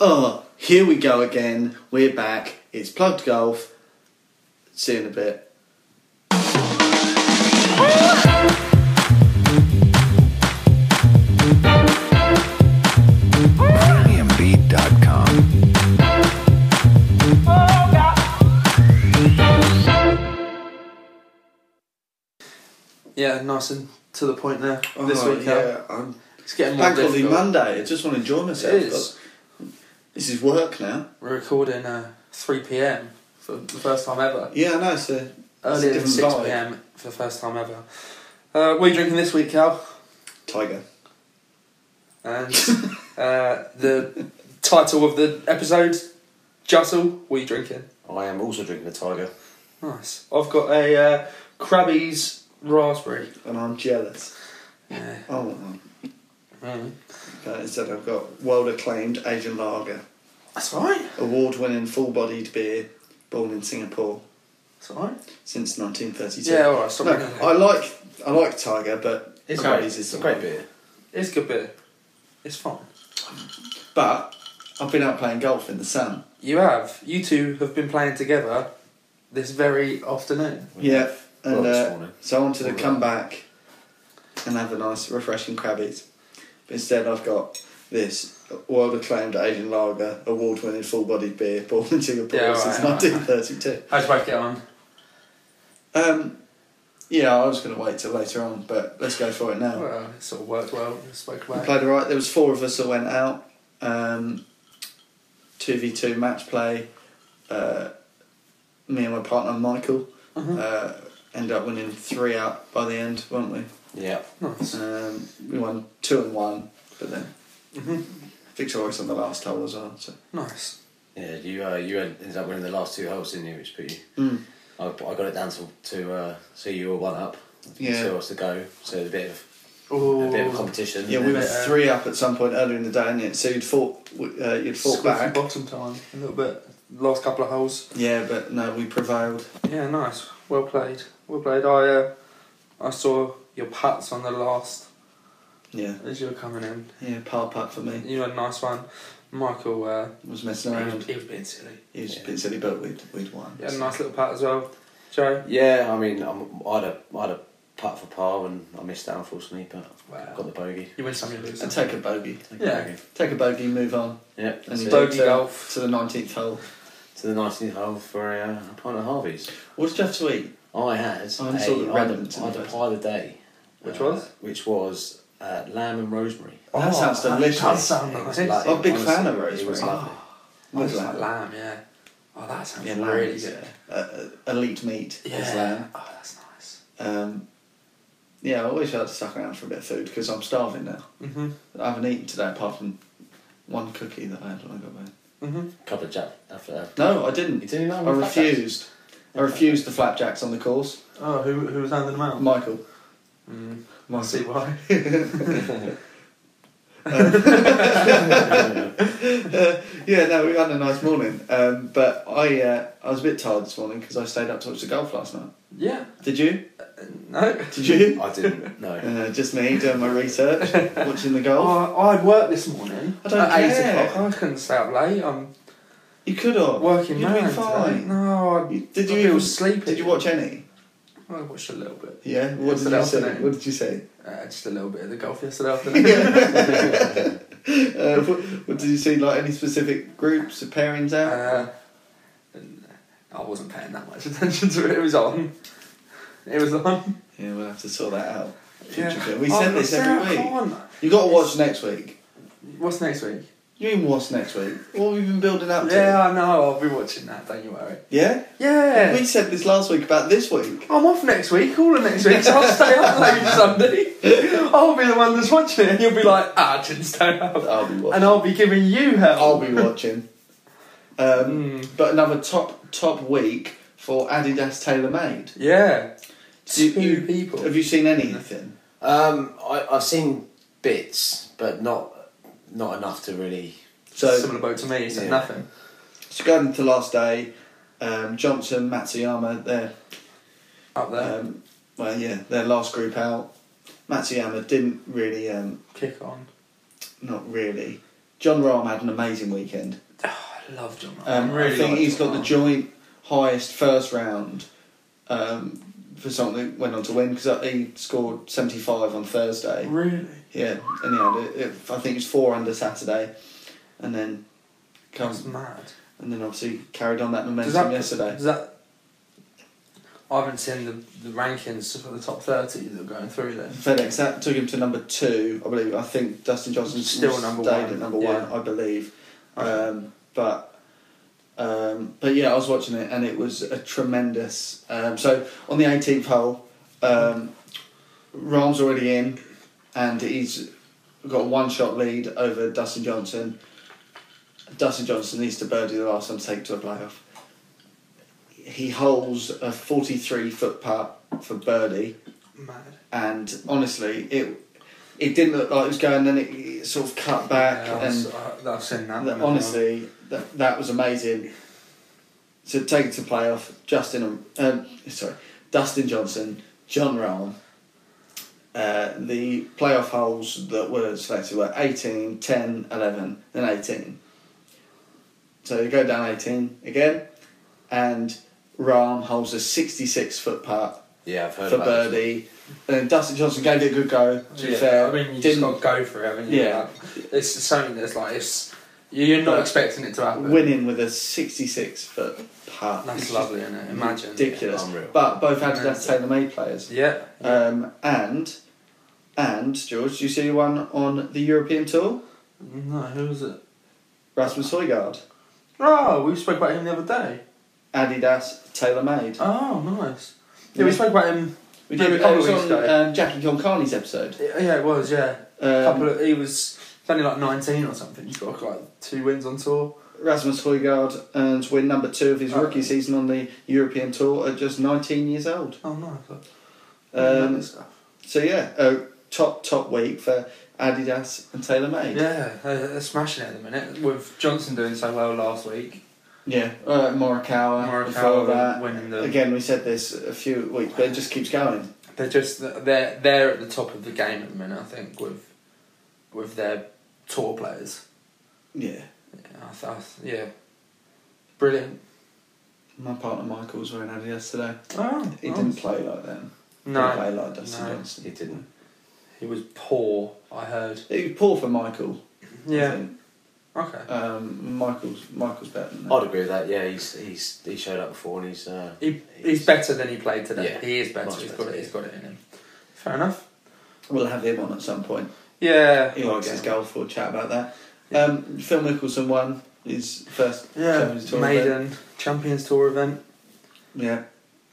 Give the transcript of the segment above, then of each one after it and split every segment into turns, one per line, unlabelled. oh, here we go again. We're back. It's plugged golf. See you in a bit.
PremiumBeat.com.
Yeah, nice and to the point there. this
Oh,
week, yeah.
yeah, I'm
it's getting more
back holiday
difficult.
Monday. I just want to enjoy myself.
It is.
This is work now.
We're recording uh, 3 p.m. for the first time ever.
Yeah, I know. So
Earlier than
different
6
vibe.
p.m. for the first time ever. Uh, what are you drinking this week, Cal?
Tiger.
And uh, the title of the episode, Jussel, what are you drinking?
I am also drinking a tiger.
Nice. I've got a uh, Krabby's raspberry.
and I'm jealous.
Yeah.
Oh, my.
Mm.
Uh, instead, I've got world acclaimed Asian lager,
That's alright.
award winning full bodied beer, born in Singapore
That's alright.
since 1932.
Yeah, alright, stop
No,
it.
I like I like Tiger, but
It's
Craze
great.
is
It's a
the
great
one.
beer.
It's good beer. It's fine.
But I've been out playing golf in the sun.
You have. You two have been playing together this very afternoon.
Yeah, and
Well, this
uh,
morning.
so I wanted to come back and have a nice, refreshing crabbies. But instead, I've got this world acclaimed Asian lager, award winning full bodied beer, born in Singapore
Yeah,
since
alright, alright,
1932.
How'd you both get on?
Um, yeah, I was going to wait till later on, but let's go for it now.
Well, it sort of worked well. We spoke
We
about it.
played alright. There was four of us that went out. Um, two v two match play. Uh, me and my partner Michael uh, ended up winning three out by the end, weren't we?
Yeah.
Nice.
Um, we won two and one, but then
Mm-hmm.
victorious on the last hole as well. So
Nice.
Yeah, you uh, you ended up winning the last two holes, didn't you? Which put you.
Mm.
I, I got it down to to uh, see you were one up.
Yeah.
Two holes to go, so it was a bit of a bit of
Oh,
competition.
yeah,
And
we
then
went
uh,
three up at some point earlier in the day, and it so you'd fought, uh, you'd fought back.
bottom time a little bit. Last couple of holes.
Yeah, but no, we prevailed.
Yeah, nice. Well played. Well played. I uh, I saw your pats on the last
Yeah,
as you were coming in.
yeah, par putt for me.
You had a nice one, Michael. Uh,
Was messing
he,
around.
was, he was being silly.
He was a
Yeah.
bit silly, but we'd we'd won.
You had a
so.
nice little pat as well, Joe.
Yeah, I mean, I'm, I had a I had a putt for par and I missed out unfortunately, but I got
Wow.
the bogey.
You win some, you lose.
And
some.
take a bogey.
Yeah.
Bogey.
Take a bogey, move on.
Yeah. That's
And
it.
Bogey
go to,
golf.
to the 19th hole.
To the 19th hole for a, uh, a pint of Harvey's.
What did you have to eat?
I had
I
a,
saw the
I had
remnants
a,
in
I had
the
a
first.
pie of the day.
Which
uh,
was?
Which was uh, lamb and rosemary.
that sounds delicious.
Oh, That does sound nice.
Like,
Oh, I'm a big
honestly,
fan of
It was
rosemary.
lovely.
Oh, it's
lamb.
like lamb, yeah. Oh, that sounds
Yeah, lamb
really
is,
good.
uh, uh, elite meat
Yeah.
is lamb.
Oh, that's nice.
Um, yeah, I always like to suck around for a bit of food because I'm starving now.
Mhm.
I haven't eaten today apart from one cookie that I had when I got back.
Mhm.
Couple of jack after that.
No, I
You
didn't.
didn't know
I refused. I refused the flapjacks on the course.
Oh, who who was handing them out?
Michael.
Mm, I see
Michael.
why.
Yeah, no, we had a nice morning. Um, but I uh, I was a bit tired this morning because I stayed up to watch the golf last night.
yeah.
Did you?
No.
Did you?
I didn't. No.
Uh, just me doing my research, watching the golf.
Oh, I had work this morning
I don't
at
care.
eight o'clock. I couldn't stay up late. I'm
You could have.
working
You'd
mad
have been
today.
fine.
No, I,
You- Did
I
you
feel
even
sleepy.
Did you watch any?
I watched a little bit.
Yeah. What
Yes,
did
that
you say?
afternoon.
What did you say?
Uh, just a little bit of the golf yesterday afternoon. Um,
Uh, what, what did you see? Like any specific groups or pairings out?
uh, and uh, I wasn't paying that much attention to it. It was on. It was on.
yeah, we'll have to sort that out. Future
Yeah.
bill. We
Oh,
said this
Sarah,
every
come
week.
on.
You got to watch next week.
What's next week?
You mean what's next week? What have we been building up to?
Yeah, I know. I'll be watching that. Don't you worry.
Yeah.
Yeah.
We said this last week about this week.
I'm off next week, all of next week, so I'll stay up late Sunday. I'll be the one that's watching it, and you'll be like, ah, didn't stay up.
I'll be watching.
And I'll be giving you hell. Hmm.
I'll be watching. Um, But another top top week for Adidas Tailor Made.
Yeah.
Do you-
Two
you-
people.
Have you seen anything?
Um, I, I've seen bits, but not not enough to really.
So
Similar boat to me, so
Yeah.
nothing.
So going into last day, um, Johnson, Matsuyama, their
Up there,
um, well, yeah, their last group out. Matsuyama didn't really, um,
kick on.
not really. John Rahm had an amazing weekend.
Ah, I love John. Rahm.
Um,
really
I think
like
he's
John
got the
Rahm.
joint highest first round um, for something that went on to win because he scored 75 on Thursday.
Really?
Yeah, and he had it, it, I think it was four under Saturday, and then
That's
comes
mad.
and then obviously carried on that momentum
Does that,
yesterday.
Does that, I haven't seen the, the rankings for the top 30 that are going through there.
FedEx that took him to number two, I believe. I think Dustin Johnson
Still number
stayed
one,
at number
yeah.
one, I believe.
Okay.
Um, but um, but yeah, I was watching it and it was a tremendous. Um, so on the 18th hole, um, Rahm's already in, and he's got a one shot lead over Dustin Johnson. Dustin Johnson needs to birdie the last one to take to a playoff. He holds a 43 foot putt for birdie
Mad.
and honestly, it it didn't look like it was going. Then it, it sort of cut back,
Yeah, I
and
was- I, I've seen that.
that-
one as
honestly, that that was amazing. So take it to playoff, Justin. Um, sorry, Dustin Johnson, John Rahm. Uh, the playoff holes that were selected were 18, 10, 11, and 18. So you go down 18 again, and Rahm holds a 66 foot putt
Yeah, I've heard
for
about this one.
birdie. And then Dustin Johnson gave it a good go.
well.
To be
Yeah,
fair,
I mean, you just
didn't
got to go for it, haven't you?
Yeah.
Like, it's something that's like, it's, you're not
But
expecting it to happen.
winning with a sixty-six foot putt.
That's
It's
lovely, isn't it? Imagine.
ridiculous.
Unreal.
But both had to take the made players.
Yeah.
Um, and and George, do you see one on the European tour?
No, who was it?
Rasmus Højgaard,
Oh, we spoke about him the other day.
Adidas, TaylorMade.
Oh, nice. Yeah, we spoke about him.
We did.
Maybe a
It
couple
was
weeks
on
ago.
um, Jackie Concarney's episode.
Yeah, it was. Yeah, a
Um,
couple of he was only like nineteen or something. He's got like two wins on tour.
Rasmus Højgaard and win number two of his
Oh.
rookie season on the European tour at just nineteen years old.
Oh, nice.
Um, So yeah, a top top week for Adidas and TaylorMade.
yeah, they're, they're smashing it at the minute. With Johnson doing so well last week,
yeah. Uh, Morikawa,
Morikawa
before that.
winning the-
Again, we said this a few weeks, but it just keeps going.
they're just they're they're at the top of the game at the minute. I think with with their tour players.
Yeah.
Yeah, I th- I th- yeah. brilliant.
My partner Michael was wearing Adidas today.
Oh,
He
nice.
didn't play like them. Didn't
No,
play like Dustin
No.
Johnson.
He didn't.
he was poor. I heard.
It was poor for Michael. I
Yeah.
think.
Okay.
Um, Michael's Michael's better than that.
I'd agree with that. Yeah, he's he's he showed up before and he's uh,
He, he's better than he played today.
Yeah,
he is better.
much
He's
better,
got it.
yeah.
He's got it in him. Fair enough.
We'll have him on at some point.
Yeah.
He likes his golf. We'll chat about that. Um, Phil Mickelson won his first
Yeah.
Champions Tour
Maiden
event.
Champions Tour event.
Yeah.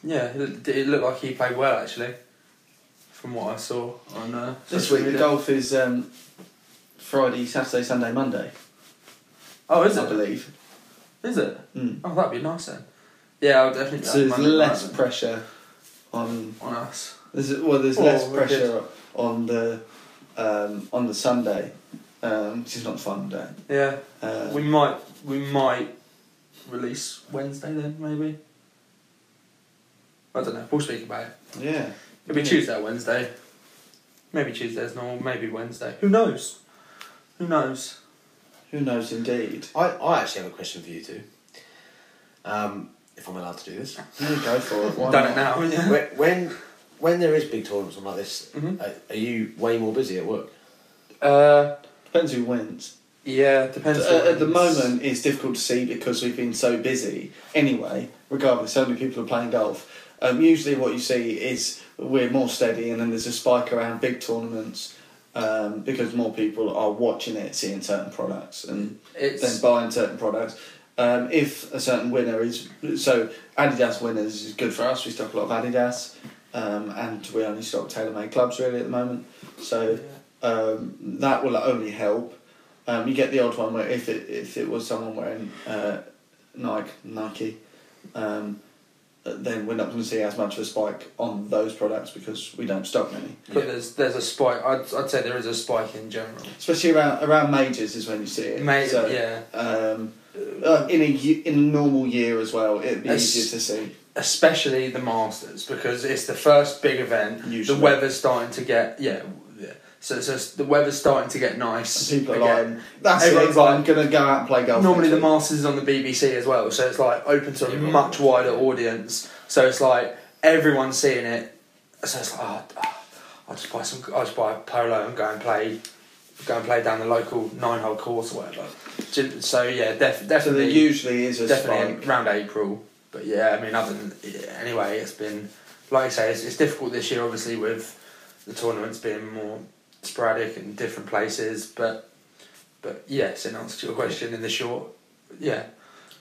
Yeah, it looked, it looked like he played well actually, from what I saw on uh,
This
social
week the
media.
golf is um, Friday, Saturday, Sunday, Monday.
Oh, is
I
it?
believe.
Is it?
Mm.
Oh, that'd be nice then. Yeah, I'll definitely.
So there's
Monday
less
night then.
pressure on
on us.
there's, well there's
Oh,
less
okay.
pressure on the um, on the Sunday, um, which is not a fun day.
Yeah,
Uh,
we might we might release Wednesday then maybe. I don't know. We'll speak about it.
yeah,
It'll be
Yeah.
Tuesday or Wedesday. Maybe Tuesday's normal, maybe Wednesday. Who knows? Who knows?
Who knows? Indeed.
I, I actually have a question for you two. Um, if I'm allowed to do this.
Yeah, go for it. Why
Done it
not?
now, yeah.
when, when when there is big tournaments on like this,
Mm-hmm.
Mhm.
are, are you way more busy at work?
Uh,
Depends who wins.
yeah, depends.
Uh, at the moment, it's difficult to see because we've been so busy. Anyway, regardless, so many people are playing golf. Um, usually, what you see is we're more steady, and then there's a spike around big tournaments um, because more people are watching it, seeing certain products, and
It's-
then buying certain products. Um, if a certain winner is so Adidas winners is good for us. We stock a lot of Adidas, um, and we only stock tailor-made clubs really at the moment. So um, that will only help. Um, you get the odd one where if it if it was someone wearing uh, Nike Nike, um, then we're not going to see as much of a spike on those products because we don't stock many.
But there's there's a spike. I'd, I'd say there is a spike in general.
Especially around around majors is when you see it.
Mate,
So,
yeah,
Um, uh, in a ye- in a normal year as well, it'd be
It's-
easier to see.
especially the Masters because it's the first big event.
Usually.
The weather's starting to get yeah, yeah. So it's just the weather's starting to get nice.
People are
again.
like, that's
Everyone's
it, I'm
like-
going to go out and play golf.
Normally
next
the
week."
Masters is on the BBC as well, so it's like open to a much wider audience. So it's like everyone's seeing it. So it's like oh, oh, I'll just buy some. I'll just buy a polo and go and play. Go and play down the local nine-hole course or whatever. Do- So yeah, def-
So there
definitely
usually is a
definitely
spike.
around April. But yeah, I mean, other than yeah, anyway, it's been like I say, it's, it's difficult this year, obviously, with the tournaments being more sporadic in different places. But but yes, in answer to your question, in the short, yeah,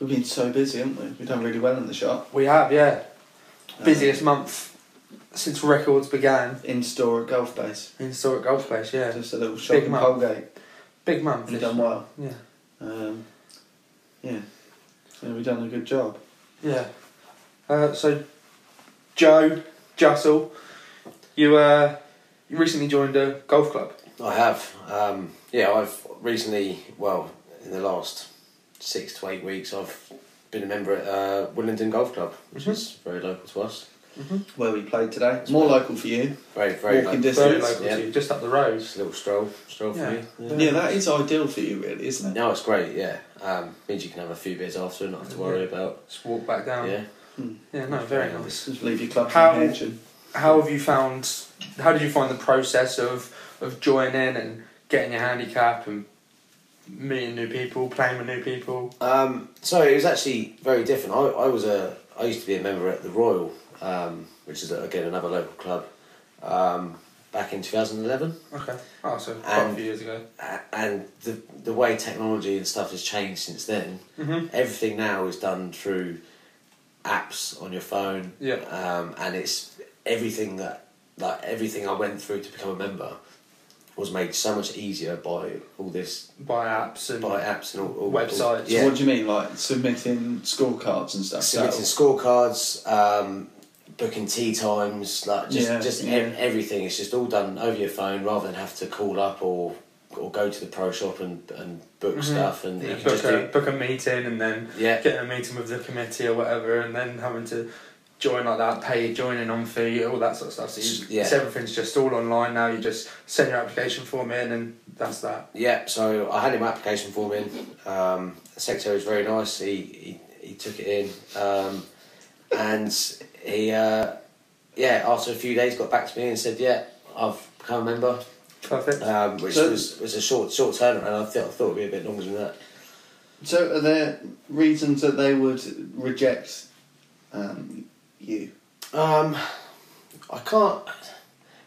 We've been so busy, haven't we? We've done really well in the shop.
we have yeah,
Uh,
busiest month since records began
in store at Golf Base.
in Historic Golf Place. Yeah,
Just a little shop in
month.
Colgate.
big month.
We've done well.
Yeah,
Um, yeah. So we've done a good job.
yeah. Uh, so Joe Jussel, you uh, you recently joined a golf club.
I have. Um, yeah, I've recently, well, in the last six to eight weeks, I've been a member at uh, Willingdon Golf Club, which
Mm-hmm.
is very local to us.
Where we played today. More local for you.
Very, very
Walking
local.
distance.
Very local
Yeah.
to you, just up the road.
Just a little stroll, stroll
Yeah.
for me. Yeah.
Yeah, that is ideal for you, really, isn't it?
No, it's great. Yeah, um, means you can have a few beers after, not have to worry about.
Just walk back down.
Yeah,
Yeah, no, very nice.
Just leave your club
How-
and hedge and
How have you found? How did you find the process of of joining and getting your handicap and meeting new people, playing with new people?
Um, so it was actually very different. I, I was a I used to be a member at the Royal, um, which is again another local club, um, back in 2011.
Okay. Oh, so quite a
And-
few years ago.
A- And the the way technology and stuff has changed since then.
Mhm.
Everything now is done through apps on your phone.
Yeah.
Um, and it's everything that like everything I went through to become a member was made so much easier by all this
By apps and
by apps and all, all
Websites.
all-
So what do you mean, like submitting scorecards and stuff?
submitting
So-
scorecards, um, booking tea times, like just
Yeah,
just e-
yeah.
everything. It's just all done over your phone rather than have to call up or or go to the pro shop and, and book stuff and
Mm-hmm. yeah,
you can
book
just
a
do
book a meeting and then
yeah
getting a meeting with the committee or whatever, and then having to join like that, pay your joining on fee, all that sort of stuff. So you,
Yeah.
it's, everything's just all online now. You just send your application form in, and that's that.
yeah. So I had my application form in. Um, the secretary was very nice. He he, he took it in um, and he uh, yeah after a few days got back to me and said yeah I've become a member.
Perfect.
Um, which
So-
was was a short short turnaround. I thought I thought it'd be a bit longer than that.
So, are there reasons that they would reject um, you?
Um, I can't.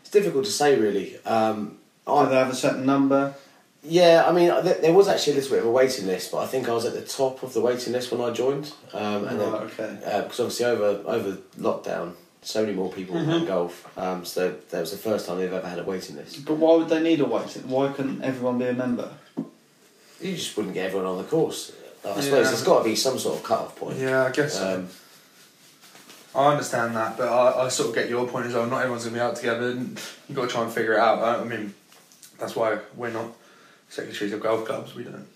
It's difficult to say, really. Um,
Or they have a certain number?
yeah, I mean, th- there was actually a little bit of a waiting list, but I think I was at the top of the waiting list when I joined. Um, and then,
Right, okay.
uh, because obviously over over lockdown, so many more people
Mm-hmm.
had golf. Um, so that was the first time they've ever had a waiting list.
But why would they need a waiting? Why couldn't everyone be a member?
You just wouldn't get everyone on the course. I
Yeah.
suppose there's got to be some sort of cut off point.
Yeah, I guess so.
Um,
I understand that, but I, I sort of get your point as well. Not everyone's going to be out together, and you've got to try and figure it out. I, I mean, that's why we're not secretaries of golf clubs. We don't.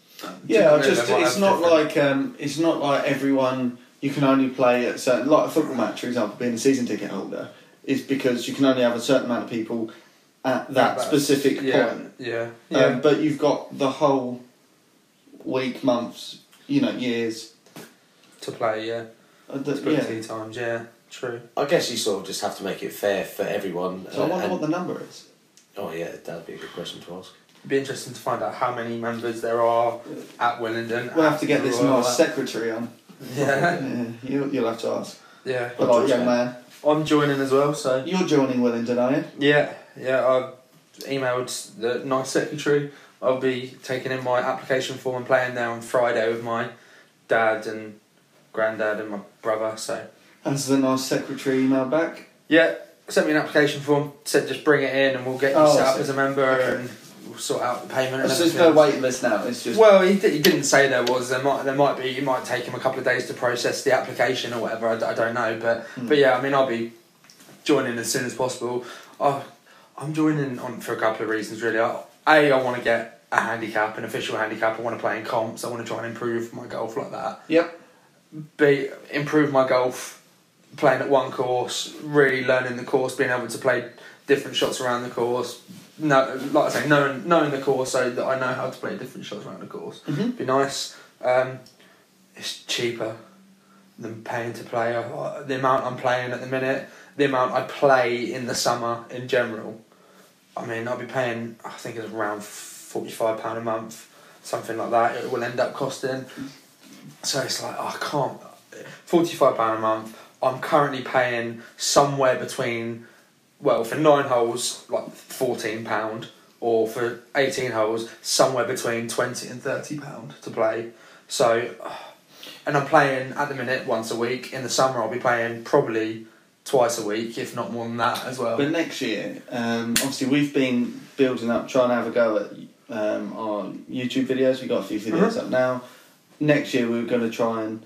Yeah, I
Typically,
just
they might
it's
have
not
different-
like um, it's not like everyone. You can only play at certain like a football match, for example, being a season ticket holder is because you can only have a certain amount of people at that
That's-
specific
yeah,
point.
Yeah, yeah,
Um, but you've got the whole week, months, you know, years.
to play. Yeah,
Uh,
it's
that,
booked
yeah.
three times. Yeah, true.
I guess you sort of just have to make it fair for everyone.
So I
and-
wonder what
and-
the number is.
oh yeah, that'd be a good question to ask.
It'd be interesting to find out how many members there are at Willingdon.
We'll
at
have to get
the
this
Royal
nice
Air.
secretary on.
Yeah,
Yeah, you, you'll have to ask.
yeah.
But like, young man,
I'm joining as well, so
you're joining Willingdon, are you?
Yeah, yeah. I've emailed the nice secretary. I'll be taking in my application form and playing there on Friday with my dad and granddad and my brother. So
Has the nice secretary email back?
yeah, sent me an application form. Said just bring it in and we'll get you
Oh, I
set up
see.
as a member
Okay.
and we'll sort out the payment. And
So there's
everything.
no waiting list now. It's just
Well, he, di- he didn't say there was. There might there might be. It might take him a couple of days to process the application or whatever. I, d- I don't know, but
Hmm.
but yeah, I mean, I'll be joining as soon as possible. I, I'm joining on for a couple of reasons really. I, a, I want to get a handicap, an official handicap. I want to play in comps. I want to try and improve my golf like that.
yep.
B, improve my golf, playing at one course, really learning the course, being able to play different shots around the course. No, like I say, knowing knowing the course so that I know how to play different shots around the course.
Mhm.
Be nice. Um, it's cheaper than paying to play. I- I- The amount I'm playing at the minute, the amount I play in the summer in general. I mean, I'll be paying. I think it's around forty five pound a month, something like that. It will end up costing. So it's like I can't. Forty five pound a month. I'm currently paying somewhere between, well, for nine holes like fourteen pound, or for eighteen holes somewhere between twenty and thirty pound to play. So, and I'm playing at the minute once a week. In the summer, I'll be playing probably twice a week, if not more than that as well.
But next year, um, obviously, we've been building up, trying to have a go at um, our YouTube videos. We've got a few videos
Uh-huh.
up now. Next year, we're going to try and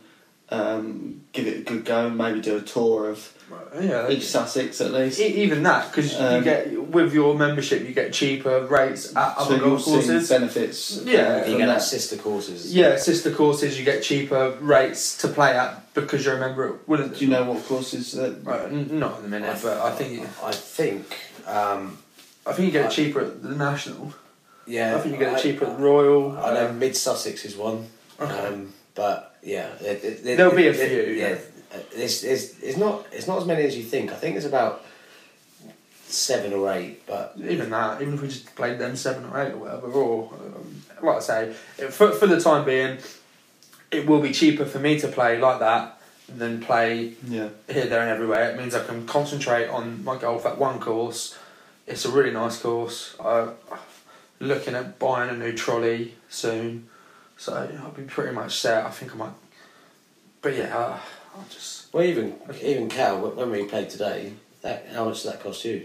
um, give it a good go and maybe do a tour of
yeah,
each Sussex at least.
E- even that because
Um,
you get with your membership you get cheaper rates at
so
other
you'll
golf
see
courses
benefits.
Yeah.
uh,
You
from
get like
that.
sister courses.
yeah sister courses you get cheaper rates to play at because you're a member at Willard.
Do you know what courses that?
Right, n- not at the minute but I think
I think. Um,
I think you get it cheaper at the National
yeah.
I think you get it
I-
cheaper at Royal
I know
um,
Mid Sussex is one, um, but yeah, it- it- it-
There'll be a
it- it-
few, yeah.
uh, it's, it's, it's not it's not as many as you think. I think there's about seven or eight, but
even that, even if we just played them seven or eight or whatever, or um, like I say, it- for for the time being, it will be cheaper for me to play like that than play
Yeah.
here, there, and everywhere. It means I can concentrate on my golf at one course. It's a really nice course. I'm looking at buying a new trolley soon, so I'll be pretty much set. I think I might, but yeah, uh, I'll just.
well, even even Cal wh- when we played today, that how much did that cost you?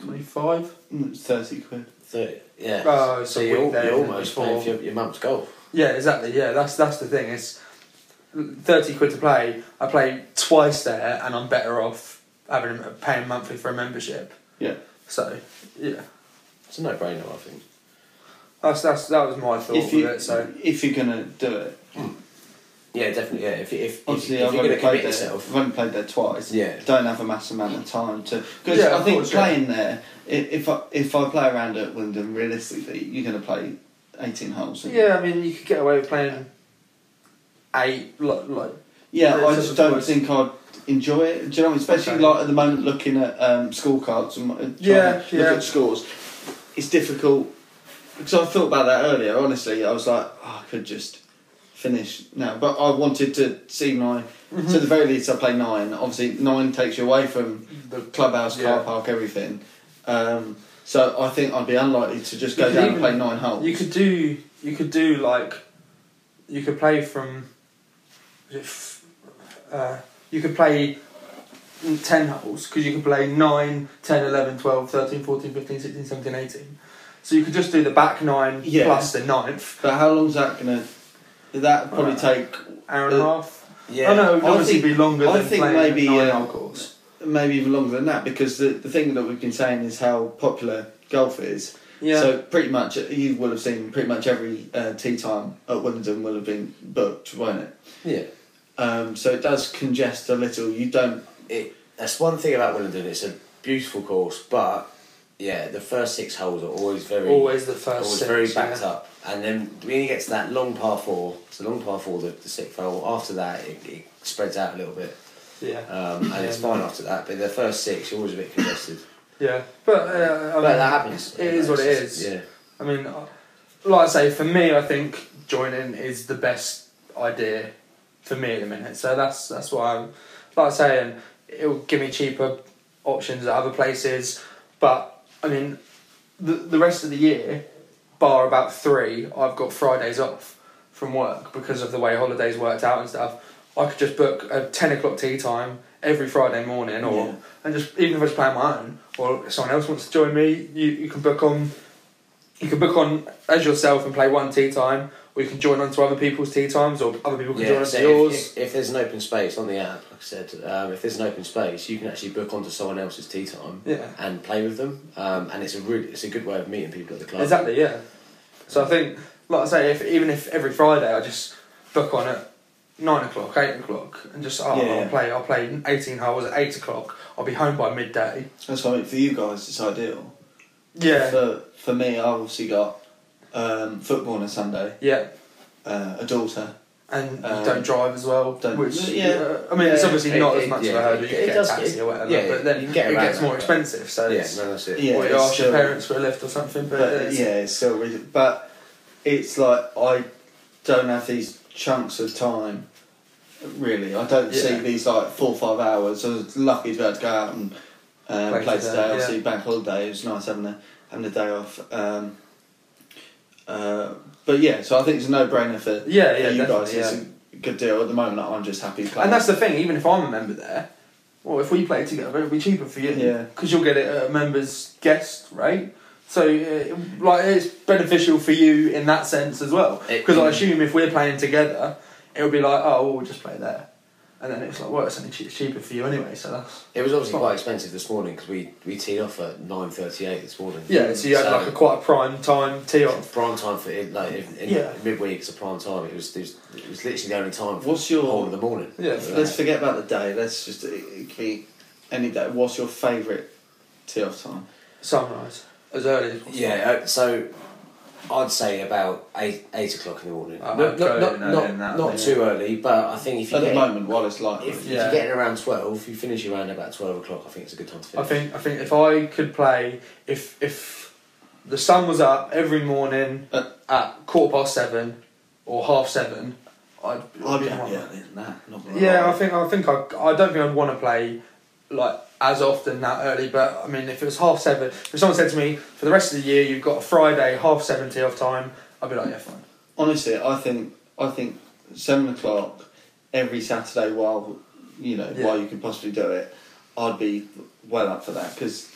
25?
Mm, Thirty quid.
Thirty. Yeah.
Oh, so
so you're, al-
weekday
you're
and
almost
before.
paying for your, your mum's golf.
Yeah, exactly. Yeah, that's that's the thing. It's thirty quid to play. I play twice there, and I'm better off having paying monthly for a membership.
Yeah.
So yeah,
It's a no brainer, I think.
that's that's that was my thought
If you
of it. Oh, So
if you're gonna do it,
Yeah, definitely. Yeah, if if, if, if
obviously
you're
I've
going to
only
commit
played there.
yourself,
I've only played there twice.
Yeah.
Don't have a mass amount of time to because
Yeah,
I
of
think
course, yeah.
playing there, i- if I if I play around at Wyndham, realistically, you're gonna play eighteen holes. aren't you?
yeah, I mean, you could get away with playing eight. Like, like
Yeah,
Yeah,
I
it's
just
just
don't
always-
think I'd enjoy it. Do you know, what I mean? especially
Okay.
like at the moment looking at um, scorecards and uh, trying
Yeah,
to look
yeah.
at scores, it's difficult because I thought about that earlier. Honestly, I was like, oh, I could just finish now, but I wanted to see my.
Mm-hmm.
So at the very least, I play nine. Obviously, nine takes you away from the clubhouse,
Yeah.
car park, everything. Um, so I think I'd be unlikely to just go
You could
down and play
even-
nine holes.
you could do you could do like you could play from was it f- uh, you could play 10 holes because you could play 9 10 11 12 13 14 15 16 17 18 so you could just do the back 9
Yeah.
plus the ninth
but how long's that gonna? That probably
Uh,
take
hour and a
Uh,
half
yeah,
oh no it would
I
obviously
think-
be longer
I
than
think
playing
maybe,
a 9
uh,
hole course
maybe even longer than that because the, the thing that we've been saying is how popular golf is.
yeah
So pretty much you will have seen pretty much every uh, tea time at Wimbledon will have been booked, won't it?
yeah.
Um, so it does congest a little. You don't.
it that's one thing about Willingdon. It's a beautiful course, but yeah, the first six holes are always very
always the first
always
six,
very backed
yeah.
up, and then when you get to that long par four, it's a long par four, the, the sixth hole. After that, it, it spreads out a little bit,
yeah
um, and it's fine after that. But the first six, you're always a bit congested.
yeah but uh, I
but
mean,
that happens.
it is what it
It's just-
is.
Yeah,
I mean, uh, like I say, for me, I think joining is the best idea for me at the minute. So that's that's why I'm like I say, and it'll give me cheaper options at other places. But I mean, the the rest of the year, bar about three, I've got Fridays off from work because of the way holidays worked out and stuff. I could just book a ten o'clock tea time every Friday morning, or
Yeah.
and just even if I was playing my own, or if someone else wants to join me, you, you can book on. You can book on as yourself and play one tea time, or you can join on to other people's tea times, or other people can join
yeah.
on
So
to
if,
yours.
if, if there's an open space on the app, like I said, um, if there's an open space, you can actually book onto someone else's tea time
Yeah.
and play with them, um, and it's a really, it's a good way of meeting people at the club.
Exactly, yeah. So I think, like I say, if even if every Friday I just book on at nine o'clock, eight o'clock, and just oh,
Yeah.
I'll play. I'll play eighteen holes at eight o'clock. I'll be home by midday.
That's why for you guys it's ideal.
Yeah,
For for me, I've obviously got um, football on a Sunday,
yeah,
uh, a daughter.
and
Um,
you don't drive as well.
don't-
Which
yeah.
uh, I mean, it's
Yeah.
obviously
It-
not
it-
as much
yeah,
of a hurdle.
it-
You
it
can get
does
a taxi
get-
or whatever,
yeah,
but then
you can get
it
around
gets
that,
more
but-
expensive. So
Yeah,
it's,
no, that's it.
Yeah.
or you
it's
ask
still-
your parents for a lift or something. But,
But
it's-
yeah, it's still really. But it's like I don't have these chunks of time. Really, I don't
Yeah.
see these like four or five hours. I was lucky to be able to go out and um,
Play
play,
today,
today.
yeah.
Obviously, bank holiday. It was nice having a having a day off. Um, uh, but yeah, so I think it's a no-brainer for
Yeah,
for
yeah,
you guys.
definitely,
It's
yeah.
a good deal at the moment. I'm just happy playing.
And that's the thing, even if I'm a member there, well, if we play together, it'll be cheaper for you.
Yeah.
Because you'll get it at a member's guest rate. So, uh, like, it's beneficial for you in that sense as well.
It-
Because I assume if we're playing together, it'll be like, oh, we'll just play there. And then it's like, well, it's only che- cheaper for you anyway, so that's.
It was obviously quite expensive this morning because we, we teed off at nine thirty eight this morning.
Yeah, so you had like a quite a prime time tee off.
prime time for it, like in, in
Yeah.
midweek. It's a prime time. It was, it was it was literally the only time. For
What's
the
your
whole of the morning?
Yeah.
Let's forget about the day. Let's just it, it can be any day. What's your favourite tee off time?
Sunrise. As early as possible.
Yeah, uh, so I'd say about eight eight o'clock in the morning.
Oh,
No-
I'd
no-
go
not
no,
not,
then that
not
thing.
too early, but I think if you
At
get
the
it-
moment, while it's like
if, if
Yeah.
you get in around twelve, you finish around about twelve o'clock. I think it's a good time to
I
finish.
think I think if I could play if if the sun was up every morning
Uh,
at quarter past seven or half seven, I'd
I'd be
I'd
happier
want-
than that. Not gonna
Yeah,
lie.
I think I think I, I don't think I'd want to play like as often that early. But I mean, if it was half seven, if someone said to me for the rest of the year you've got a Friday half seven tee off time, I'd be like, yeah, fine.
honestly, I think I think seven o'clock every Saturday while you know
Yeah.
while you can possibly do it, I'd be well up for that because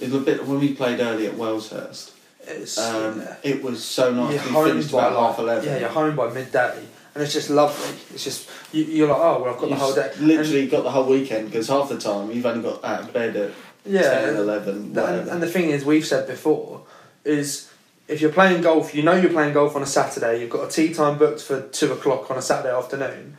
it's a bit when we played early at Wellshurst.
It's
Um,
yeah.
It was so nice.
you're
to be
home
finished
by
about half
like-
eleven.
Yeah, you're home by midday, and it's just lovely. It's just you, you're like, oh well, I've got
You've
the whole day. And-
literally got the whole weekend because half the time you've only got out of bed at
Yeah.
10, 11,
The-
whatever.
and, and the thing is, we've said before, is if you're playing golf, you know you're playing golf on a Saturday. You've got a tea time booked for two o'clock on a Saturday afternoon.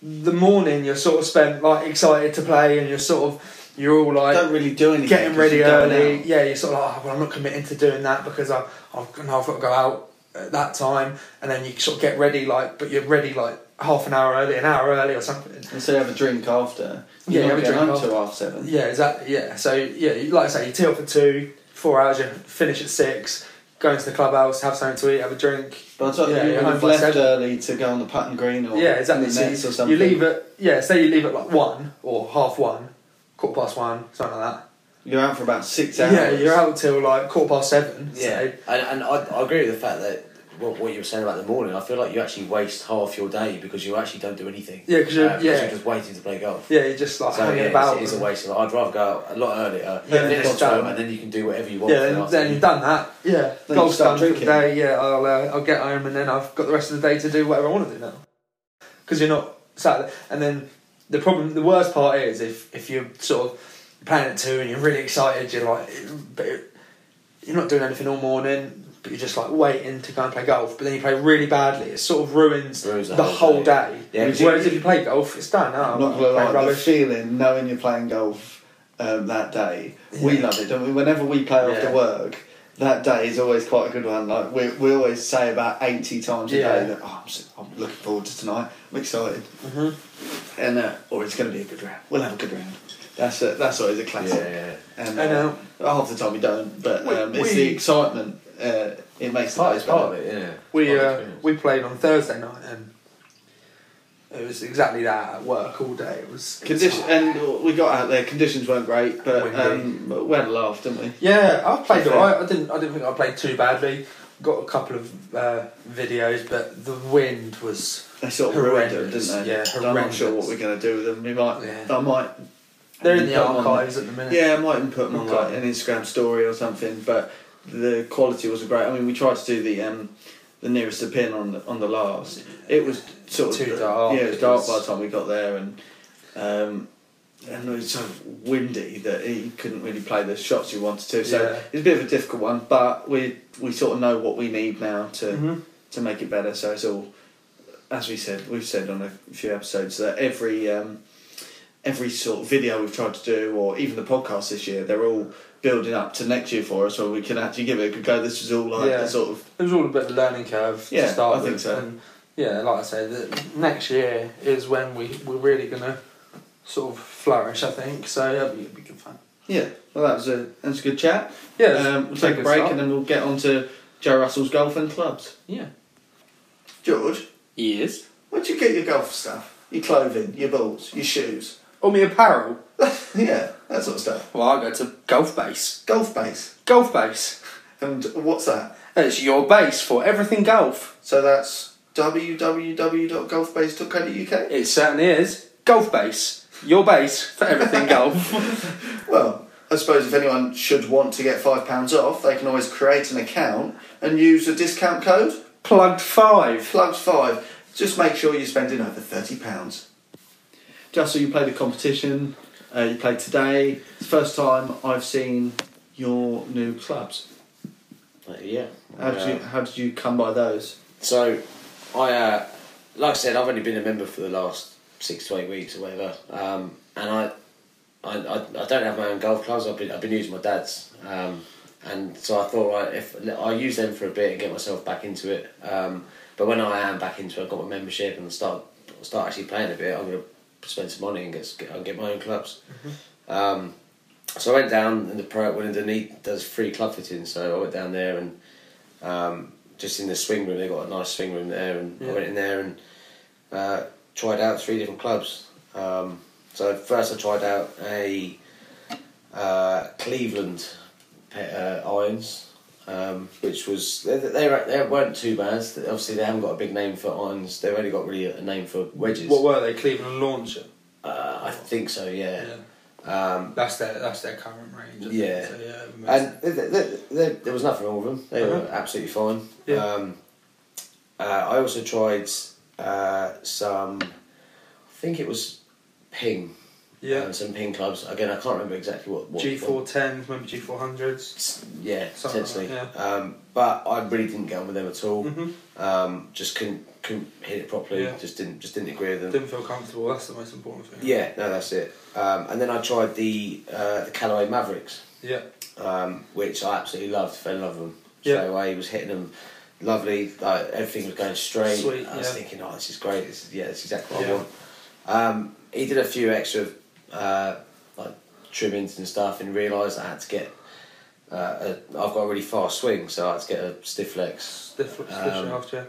The morning you're sort of spent like excited to play, and you're sort of you're all like
don't really do anything.
getting
'cause
ready
you're going
early.
out.
Yeah, you're sort of like, oh, well, I'm not committing to doing that because I, I've, no, I've got to go out at that time, and then you sort of get ready like, but you're ready like half an hour early, an hour early, or something.
And so you have a drink after. You're
Yeah,
not
have a
getting
drink
home till half seven.
Yeah, exactly. Yeah, so yeah, you- like I say, you tee off at two, four hours. You finish at six. Go into the clubhouse, have something to eat, have a drink.
But I thought
Yeah,
you
you're
would
home
have
by
left
seven.
early to go on the putting green or
yeah, exactly.
the
So
nets
you,
or something.
you leave at yeah, say you leave at like one or half one, quarter past one, something like that.
You're out for about six hours.
Yeah, you're out till like quarter past seven.
Yeah,
So,
and, and I, I agree with the fact that what, what you were saying about the morning, I feel like you actually waste half your day because you actually don't do anything. Uh,
Yeah, 'cause you're- yeah.
just waiting to play golf.
yeah, you're just like
So
hanging
yeah,
about.
it's, it's a waste. Of, I'd rather go out a lot earlier,
Yeah,
finish
it's
at 12,
done.
and then you can do whatever you want.
Yeah,
for the
and then you've done that. Yeah,
Then you
golf's
start
done for the
drinking.
day. Yeah, I'll uh, I'll get home and then I've got the rest of the day to do whatever I want to do now. Because you're not Saturday, and then the problem, the worst part is if if you're sort of playing at two and you're really excited, you're like, but you're not doing anything all morning. But you're just like waiting to go and play golf, but then you play really badly. It sort of ruins,
Ruins
the, whole day.
Yeah, 'cause you-
Whereas if you play golf, it's done. Oh,
I'm not gonna
playing
lie, the feeling knowing you're playing golf um, that day, we
Yeah.
love it, don't we? Whenever we play
Yeah.
after work, that day is always quite a good one. Like we, we always say about eighty times a
Yeah.
day that oh, I'm, s am looking forward to tonight. I'm excited,
Mm-hmm.
and uh, or it's going to be a good round. We'll have a good round. That's a, that's always a classic.
Yeah, yeah, yeah.
And,
I know.
uh, half the time we don't, but
We-
um, it's
we-
the excitement. Uh, it makes
It's part,
the
it's
day
part
better.
of it, yeah.
We
Part of the
uh,
experience.
we played on Thursday night and it was exactly that at work all day. It was it was
Condition,
hard.
and we got out there. Conditions weren't great, but
Windy.
um, we had a laugh, didn't we?
Yeah, I played
Fair.
alright. I didn't I didn't think I played too badly. Got a couple of uh, videos, but the wind was.
They sort of ruined them,
Horrendous,
didn't they?
yeah,
I'm not sure
horrendous.
what we're going to do with them. We might,
Yeah.
I might.
They're in the
put 'em on-
archives at the minute.
Yeah, I might even put them on like
Okay.
an Instagram story or something. But the quality wasn't great. I mean, we tried to do the um, the nearest to pin on the on the last. It was sort
Too
of
dark.
Yeah, it was dark
It
by the
was-
time we got there, and um, and it was so windy that he couldn't really play the shots he wanted to. So
Yeah.
it's a bit of a difficult one. But we we sort of know what we need now to
Mhm.
to make it better. So it's all as we said, we've said on a few episodes that every um, every sort of video we've tried to do, or even the podcast this year, they're all building up to next year for us, where we can actually give it a good go. This is all like
Yeah.
the sort of
It was all a bit of a learning curve
Yeah,
to start
I think
with.
so.
And yeah, like I said, the, next year is when we, we're really going to sort of flourish, I think. So yeah, it'll be, it'll be good fun.
yeah. Well, that was a that was a good chat.
Yeah,
um, we'll take a break and then we'll get on to Joe Russell's golf and clubs.
Yeah.
George,
Years.
where'd you get your golf stuff? Your clothing, your balls, your shoes.
Or my apparel.
yeah, that sort of stuff.
Well, I go to Golf Base.
Golf base.
Golf Base.
And what's that?
That's your base for everything golf.
So that's www.golfbase.co.uk.
It certainly is. Golf Base. Your base for everything golf.
Well, I suppose if anyone should want to get £5 off, they can always create an account and use a discount code,
Plugged five.
PLUGS5. Just make sure you're spending over £30. Russell, you played a competition, uh, you played today. It's the first time I've seen your new clubs.
Uh, yeah.
How did,
Uh,
you, how did you come by those?
So, I, uh, like I said, I've only been a member for the last six to eight weeks or whatever, um, and I, I, I, I don't have my own golf clubs. I've been, I've been using my dad's, um, and so I thought, right, if I use them for a bit and get myself back into it. Um, but when I am back into it, I've got my membership and start start actually playing a bit. I'm gonna spend some money and get get, I'll get my own clubs. Um, so I went down and the pro at Willingdon does free club fitting, so I went down there and um, just in the swing room, they've got a nice swing room there, and I
Yeah.
went in there and uh, tried out three different clubs. Um, so first I tried out a uh, Cleveland pe- uh, irons, um, which was they, they, were- they weren't too bad. Obviously they haven't got a big name for irons. They've only got really a name for wedges.
What were they? Cleveland Launcher.
uh, I think so, yeah. Um,
That's their that's their current range. I think.
Yeah.
So, yeah. it makes sense.
and th th th th there was nothing wrong with them. They were
Uh-huh.
absolutely fine.
Yeah.
Um, uh, I also tried uh, some. I think it was ping.
yeah.
um, some ping clubs. Again, I can't remember exactly what. what
G four tens, maybe G four hundreds.
Yeah,
Something like
essentially.
that,
Um, but I really didn't get on with them at all.
Mhm.
Um, just couldn't couldn't hit it properly.
Yeah.
Just didn't just didn't agree with them.
Didn't feel comfortable. That's the most important thing.
Yeah, no, that's it. Um, and then I tried the uh, the Callaway Mavericks.
Yeah.
um, which I absolutely loved. Fell in love with them.
Yeah.
So I was hitting them lovely. Like everything was going straight.
Sweet,
I was
yeah.
thinking, oh, this is great. This is, yeah, that's exactly what
Yeah.
I want. Um, he did a few extra uh, like trimmings and stuff, and realised I had to get. Uh, a, I've got a really fast swing, so I had to get a stiff flex,
Stiff, stiff
Um,
shaft. Yeah.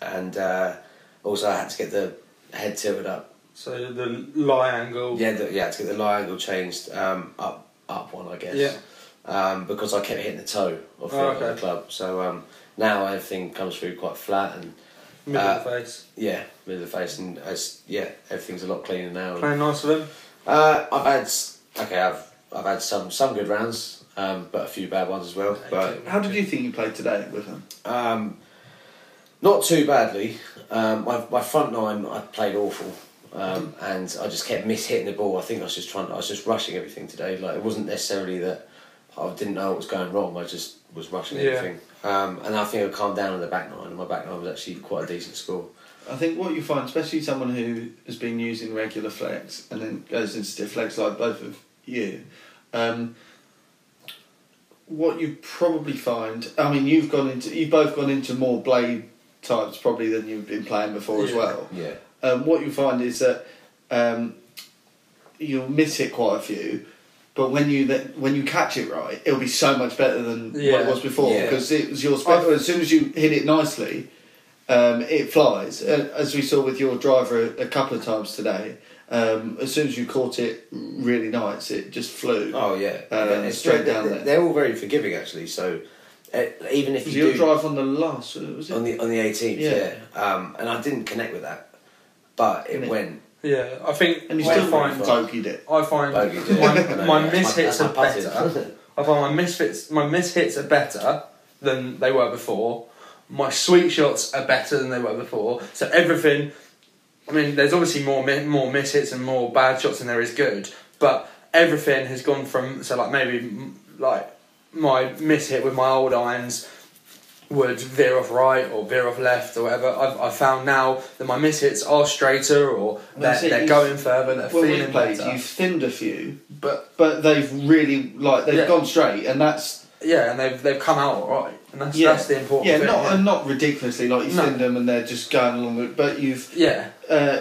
and uh, also I had to get the head tilted up.
So the lie angle.
Yeah, the, yeah, I had to get the lie angle changed um, up, up one, I guess.
Yeah.
um, because I kept hitting the toe of the,
Oh,
of the
okay.
club. So um, now everything comes through quite flat and
Middle
Uh,
of the face.
yeah, middle of the face and as yeah, everything's a lot cleaner now.
Playing nice with him.
Uh, I've had s- okay, I've I've had some some good rounds, um, but a few bad ones as well. But
How did you think you played today with them?
um, not too badly. Um, my my front nine I played awful. Um, and I just kept mishitting the ball. I think I was just trying. I was just rushing everything today. Like it wasn't necessarily that I didn't know what was going wrong. I just was rushing
Yeah.
everything. Um, and I think I calmed down on the back nine. And my back nine was actually quite a decent score.
I think what you find, especially someone who has been using regular flex and then goes into stiff flex like both of you, um, what you probably find, I mean, you've gone into, you've both gone into more blade types probably than you've been playing before as
Yeah.
well.
Yeah.
Um, what you find is that um, you'll miss it quite a few, but when you th- when you catch it right, it'll be so much better than what
Yeah.
it was before
Yeah.
because it was your special. As soon as you hit it nicely, um, it flies. Uh, As we saw with your driver a, a couple of times today, um, as soon as you caught it really nice, it just flew.
Oh yeah.
Uh,
Yeah,
it's straight
they're,
down
they're-
there.
They're all very forgiving actually. So uh, even if
was
you
your
do,
drive on the last? Was it?
on the on the eighteenth,
Yeah.
yeah. Um, and I didn't connect with that, but it
Didn't it?
went.
Yeah. I think.
and you
I
still
find.
bogeyed it.
I find
Bogey, yeah. I know,
my, my
yeah.
miss hits
That's my-
are
that's my putting.
better. I find my misfits, my miss hits are better than they were before. My sweet shots are better than they were before. So everything, I mean, there's obviously more mi- more miss hits and more bad shots than there is good. But everything has gone from so like maybe mm, like my miss hit with my old irons would veer off right or veer off left or whatever. I've, I've found now that my mishits are straighter or
Well,
they're,
see,
they're
you-
going further, they're
Well, we
feeling
played.
better.
You've thinned a few,
But
but they've really like they've
Yeah.
gone straight, and that's
yeah, and they've, they've come out alright. And that's,
yeah,
that's the important
yeah,
thing.
not
yeah.
and not ridiculously like you've
No.
thinned them and they're just going along, with, but you've
yeah.
uh,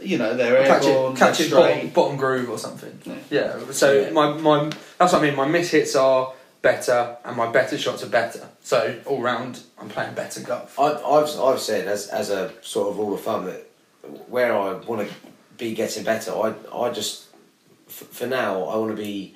you know they're
catch
airborne,
it,
they're
catch it bottom,
straight.
bottom groove or something.
Yeah.
Yeah. So
Yeah.
my my that's what I mean. My miss hits are better, and my better shots are better. So all round, I'm playing better golf.
I, I've I've said as as a sort of rule of thumb that where I want to be getting better, I I just f- for now I want to be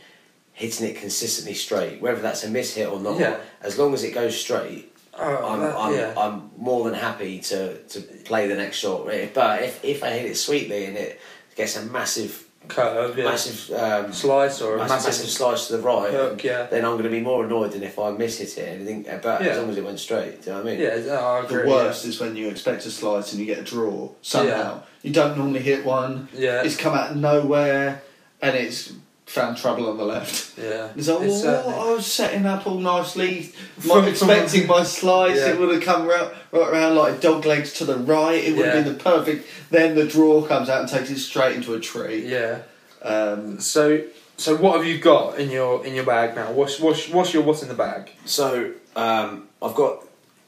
hitting it consistently straight, whether that's a miss hit or not.
Yeah.
As long as it goes straight,
Oh,
I'm
that-
I'm,
yeah.
I'm more than happy to, to play the next shot. Eh, But if if I hit it sweetly and it gets a massive
Curve, yeah.
massive um,
slice or a
mas-
massive,
massive, slice to the right,
hook, yeah.
then I'm going to be more annoyed than if I miss hit it. And think, but
Yeah.
as long as it went straight, do you know what I mean?
Yeah, no, I agree.
The worst is when you expect a slice and you get a draw somehow. You don't normally hit one.
Yeah.
It's come out of nowhere, and it's found trouble on the left.
Yeah. yeah.
It's like,
It's uh,
well,
certainly-
what? I was setting up all nicely,
From-
my, expecting my slice.
Yeah.
It would have come right, right around like dog legs to the right. It would
Yeah.
have been the perfect. Then the draw comes out and takes it straight into a tree.
yeah.
Um,
So so what have you got in your in your bag now? What's what's what's your what's in the bag?
So um, I've got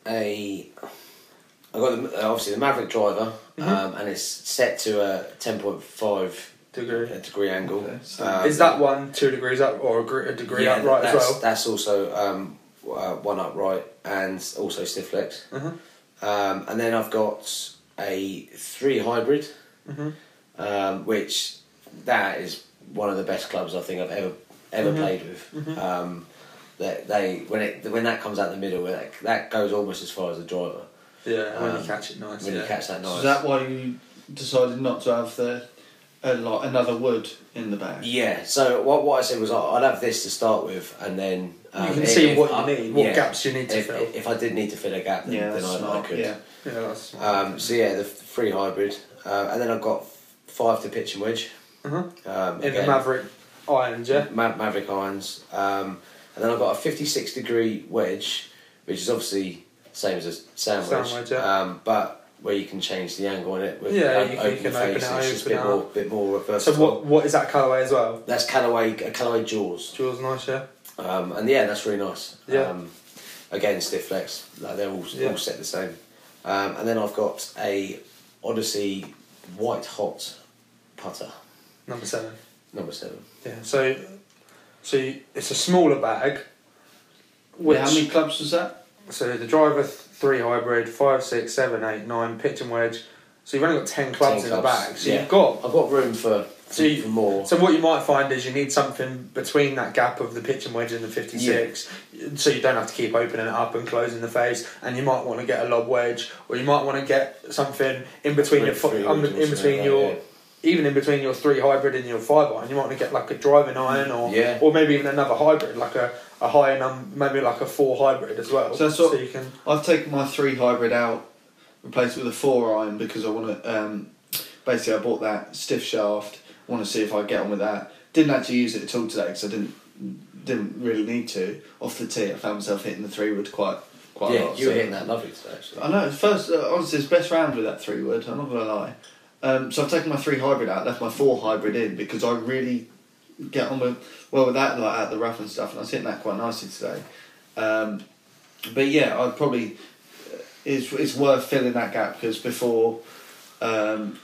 a, I've got the, uh, obviously the Maverick driver,
Mm-hmm.
um, and it's set to a ten point five
Degree.
degree angle.
Okay, so-
Um,
is that one two degrees up or a, gr- a degree
yeah,
upright as
that's,
well?
That's also um, w- uh, one upright and also stiff legs.
Mhm.
Um, and then I've got a three hybrid,
Mm-hmm.
um, which that is one of the best clubs I think I've ever ever
Mm-hmm.
played with. Um, that they when it when that comes out the middle, that that goes almost as far as the driver
Yeah, when
Um,
you catch it nice.
when
yeah.
you catch that
so
nice.
Is that why you decided not to have the uh, like another wood in the bag?
Yeah. So what what I said was I- I'd have this to start with, and then um,
can
if-
see
if
what
I-
you need, what gaps you need to
if,
fill.
If I did need to fill a gap, then,
Yeah,
then
that's
I, I
smart,
could.
yeah.
yeah, that's smart.
Um, so yeah, the f- free hybrid, uh, and then I've got f- five to pitch and wedge.
Mhm.
Um,
in the
again,
Maverick Irons, yeah.
Ma- Maverick irons, um, and then I've got a fifty-six degree wedge, which is obviously same as a sandwich,
Sandwich, yeah.
um, but where you can change the angle in it with
Yeah,
an
you can- you
open
can open
face.
it,
it's just a
open
bit
it
more, bit more
So
versatile.
what what is that colourway as well?
That's Callaway, a Callaway Jaws.
Jewel's nice, yeah.
Um, and yeah, that's really nice.
Yeah.
Um, again, stiff flex. Like they're all,
Yeah.
all set the same. Um, and then I've got a Odyssey White Hot putter,
Number seven.
number seven.
Yeah. So so you- it's a smaller bag. Which
Yeah, how many clubs was that?
so the driver th- three hybrid five six seven eight nine pitch and wedge. So you've only got ten clubs
Ten
in
clubs,
the bag. So
yeah.
you've got.
I've got room for, for,
So you-
for more.
So what you might find is you need something between that gap of the pitch and wedge and the fifty six, so you don't have to keep opening it up and closing the face. And you might want to get a lob wedge, or you might want to get something in between your
Three-
fo-
three
um,
wedges or
in
something
between
like
your
that,
even in between your three hybrid and your five iron, you might want to get like a driving iron or
Yeah.
or maybe even another hybrid, like a, a high num maybe like a four hybrid as well.
So that's what-
you can
I've taken my three hybrid out, replaced it with a four iron because I want to. Um, basically, I bought that stiff shaft. Want to see if I get on with that. Didn't actually use it at all today because I didn't didn't really need to. Off the tee, I found myself hitting the three wood quite quite a
yeah,
lot.
you were
so-
hitting that lovely today, actually.
I know. First, uh, honestly, it's best round with that three wood. I'm not gonna lie. Um, so I've taken my three hybrid out, left my four hybrid in because I really get on with well with that like at the rough and stuff, and I was hitting that quite nicely today. Um, but yeah, I'd probably uh, it's it's worth filling that gap because before, um,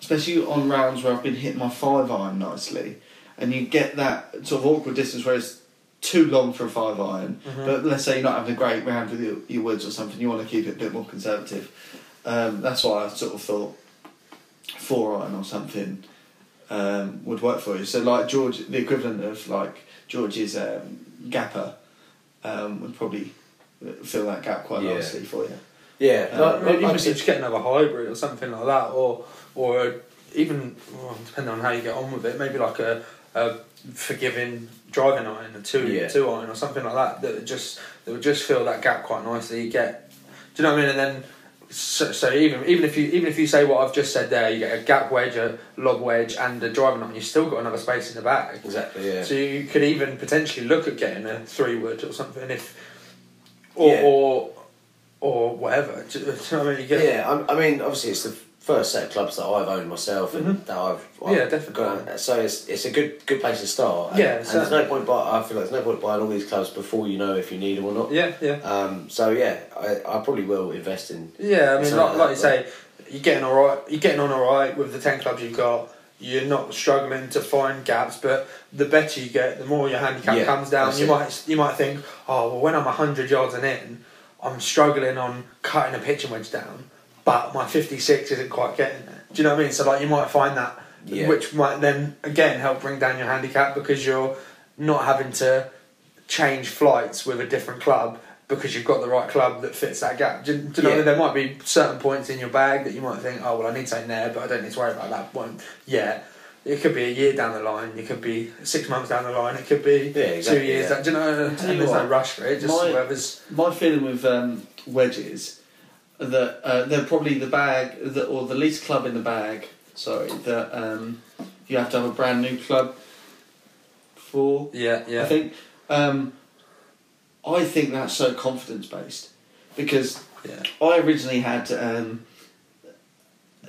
especially on rounds where I've been hitting my five iron nicely, and you get that sort of awkward distance where it's too long for a five iron. But let's say you're not having a great round with your, your woods or something, you want to keep it a bit more conservative. Um, that's why I sort of thought four iron or something um, would work for you. So like George, the equivalent of like George's um, gapper um, would probably uh, fill that gap quite
Yeah.
nicely for you.
Yeah,
Um,
like- like-
Uh, even
like-
if you just get another hybrid or something like that, or or even well, depending on how you get on with it, maybe like a, a forgiving driving iron, a two
Yeah.
two iron or something like that that would just that would just fill that gap quite nicely. You get, do you know what I mean? And then. So, so even even if you even if you say what I've just said there, you get a gap wedge, a lob wedge, and a driving iron. You have still got another space in the bag.
exactly, yeah.
So you could even potentially look at getting a three wood or something if, or
Yeah.
or or whatever. Do, you- do you know what I mean? You get,
Yeah, I, I mean, obviously, it's the first set of clubs that I've owned myself and
Mm-hmm.
that I've, I've
Yeah, definitely.
gone- So it's it's a good good place to start. And,
Yeah,
and there's no
certainly.
point buy. I feel like there's no point buying all these clubs before you know if you need them or not.
yeah, yeah.
Um, so yeah, I, I probably will invest in.
Yeah, I mean,
Something
like,
like
like you
that,
say, you're getting all right. You're getting on all right with the ten clubs you've got. You're not struggling to find gaps, but the better you get, the more your handicap
Yeah,
comes down.
that's
You
it.
might you might think, oh well, when I'm hundred yards and in, I'm struggling on cutting a pitching wedge down, but my fifty six isn't quite getting there. Do you know what I mean? So like, you might find that,
Yeah.
which might then again help bring down your handicap because you're not having to change flights with a different club because you've got the right club that fits that gap. Do, you- do you know
Yeah.
what I mean? there might be certain points in your bag that you might think, oh well, I need something there, but I don't need to worry about that point. Yeah, it could be a year down the line. It could be six months down the line. It could be
Yeah, exactly,
two years.
yeah.
Down, do you know? And
Tell you
there's no
what,
rush for it. Just
my-
whoever's
My feeling with um, wedges that uh, they're probably the bag that or the least club in the bag. Sorry, that um, you have to have a brand new club for.
yeah, yeah,
I think um, I think that's so confidence based because
yeah.
I originally had. Um,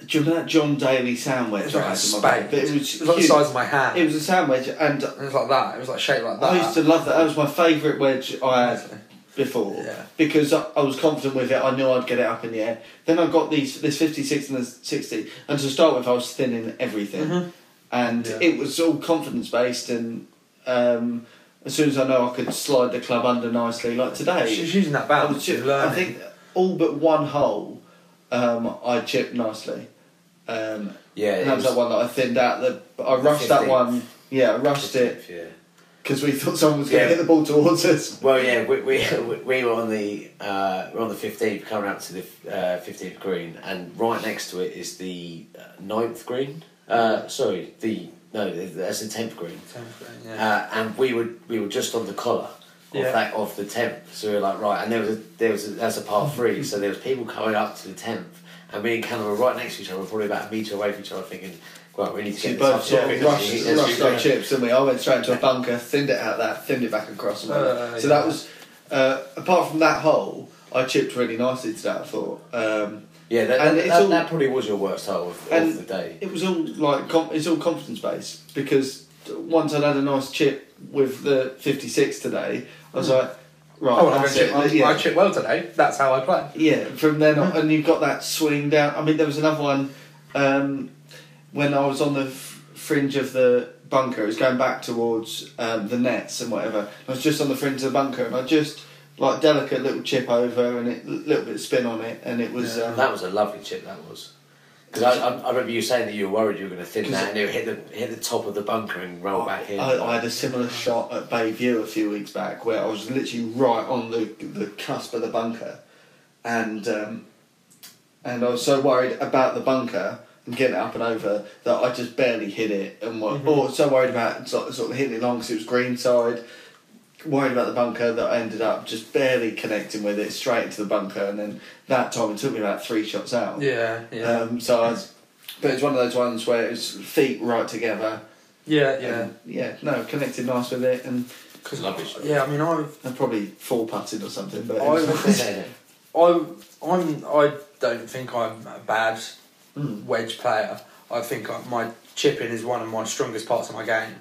do you remember that John Daly sandwich?
It's like
I
a
had in my bag?
spade.
But
It
It was,
was like the
huge.
size of my hand.
It was a sandwich, and
It was like that. It was like shaped like that.
I used to love that. That was my favourite wedge I had before
Yeah.
because I, I was confident with it. I knew I'd get it up in the air. Then I got these this fifty six and this sixty, and to start with, I was thinning everything, and
Yeah.
it was all confidence based. And um, as soon as I know I could slide the club under nicely, like today,
She's using that
I,
bounce.
was
She's
chip,
learning.
I think all but one hole, um, I chipped nicely. Um,
Yeah,
that was that one that I thinned out. That I rushed that
15th.
one. Yeah, I rushed it
Yeah.
because we thought someone was going to
Yeah.
hit the ball towards us.
Well, yeah, we, we, we were on the uh, we're on the fifteenth, coming up to the uh, fifteenth green, and right next to it is the uh, ninth green. Uh, sorry, the no, that's the tenth green.
Yeah.
Uh, and we were we were just on the collar of
Yeah.
that of the tenth, so we were like right, and there was a, there was a, that's a par three, so there was people coming up to the tenth, and me and Callum were right next to each other, probably about a metre away from each other, thinking, well, we need to
So
get
you
this up
both sort of
because
rushed,
we-
rushed,
there's-
like chips, didn't we? I went straight into a bunker, thinned it out that, thinned it back across. And went.
Uh,
so
yeah.
that was, uh, apart from that hole, I chipped really nicely to that, I thought. Um,
yeah, that,
And
that,
it's
that,
all-
that probably was your worst hole of,
And-
of the day.
it was all like, com- it's all confidence based because once I'd had a nice chip with the 56 today, I was like, right,
Oh, well, I
that's
chip,
it.
I,
yeah.
I chip well today. That's how I play.
Yeah, from then on, and you've got that swing down. I mean, there was another one um, when I was on the f- fringe of the bunker. It was going back towards um, the nets and whatever. I was just on the fringe of the bunker, and I just like delicate little chip over and a little bit of spin on it, and it was.
Yeah.
Um,
That was a lovely chip. That was. Because I, I, I remember you saying that you were worried you were going to thin
'Cause-
that and it would hit the hit the top of the bunker and roll Oh, back in.
I, I had a similar shot at Bayview a few weeks back where I was literally right on the the cusp of the bunker, and um, and I was so worried about the bunker and getting it up and over that I just barely hit it, and wa- or so worried about sort sort of hitting it long because it was green side. Worried about the bunker that I ended up just barely connecting with it straight into the bunker, and then that time it took me about three shots out.
Yeah, yeah,
Um, so I was, but it's one of those ones where it was feet right together.
yeah, yeah.
Yeah, Um, yeah, no, connected nice with it, and,
It's lovely. chip.
Yeah, I mean, I've
and probably four putted or something. But
I
it was-
Yeah.
I I'm I don't think I'm a bad
Hmm.
wedge player. I think I, my chipping is one of my strongest parts of my game,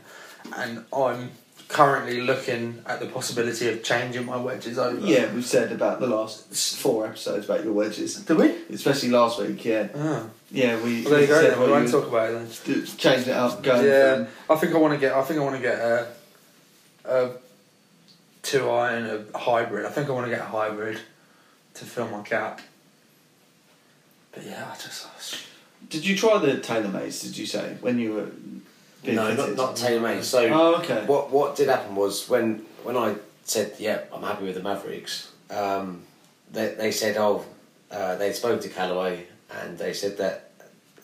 and I'm currently looking at the possibility of changing my wedges over.
yeah, we've said about the last four episodes about your wedges,
Do we?
especially last week. Yeah,
Oh.
yeah, we.
Well, there you
we
go.
said
Then.
what
We won't
you-
talk about it then.
d- Changing it up, going.
yeah,
from-
I think I want to get. I think I want to get a, a two iron, a hybrid. I think I want to get a hybrid to fill my gap. But yeah, I just.
Did you try the TaylorMade's? Did you say when you were? being
No, not
fitted?
not TaylorMade. So
Oh, okay.
what what did happen was when when I said yeah I'm happy with the Mavericks, um, they they said oh uh, they spoke to Callaway and they said that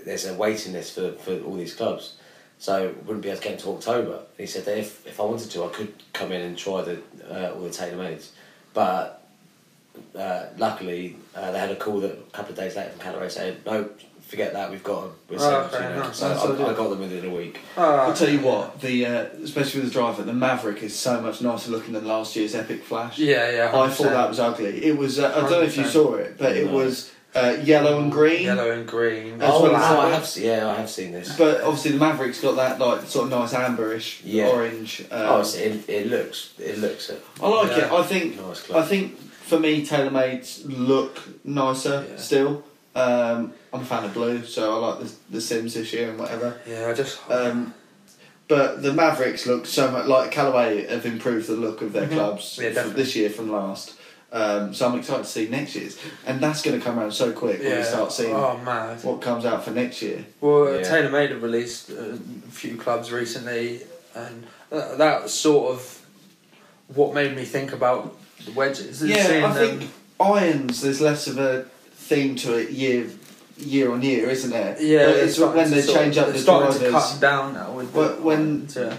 there's a waiting list for, for all these clubs, so wouldn't be able to get into October. And he said that if, if I wanted to I could come in and try the uh, all the TaylorMades, but. Uh, luckily, uh, they had a call that a couple of days later from Callaway saying, "No, forget that. We've got them. We're
Oh,
saved,
okay,
you know.
nice.
So
That's ideal.
I, I got them within a week.
uh,
I'll tell you what, the uh, especially with the driver, the Maverick is so much nicer looking than last year's Epic Flash.
Yeah, yeah.
I thought that was ugly. It was. Uh, I don't know if you
100%.
saw it, but it
No.
was uh, yellow and green.
Yellow and green.
As
oh,
well
no,
as that
I
one.
have. se- Yeah, I have seen this.
But obviously, the Maverick's got that like sort of nice amberish,
Yeah.
orange. Um,
oh, it's, it, it looks. It looks. uh, a
I like it.
Yeah.
I think.
Nice club.
I think for me, TaylorMade's look nicer
Yeah.
still. Um, I'm a fan of blue, so I like the, the Sims this year and whatever.
Yeah, I just.
Um, but the Mavericks look so much like Callaway have improved the look of their clubs
Mm-hmm. Yeah,
f-
definitely.
this year from last. Um, so I'm excited to see next year's, and that's going to come around so quick when
yeah.
we start seeing
Oh man.
what comes out for next year.
Well,
Yeah.
Taylor Made have released a few clubs recently, and th- that was sort of what made me think about the wedges. Is seeing
Yeah, I
them-
think irons. There's less of a theme to it year year on year, isn't there?
Yeah,
But
they're
it's
starting
when
to
they
sort of-
change up
they're
the
starting to
drivers.
cut down now. With
But
the-
when-
yeah.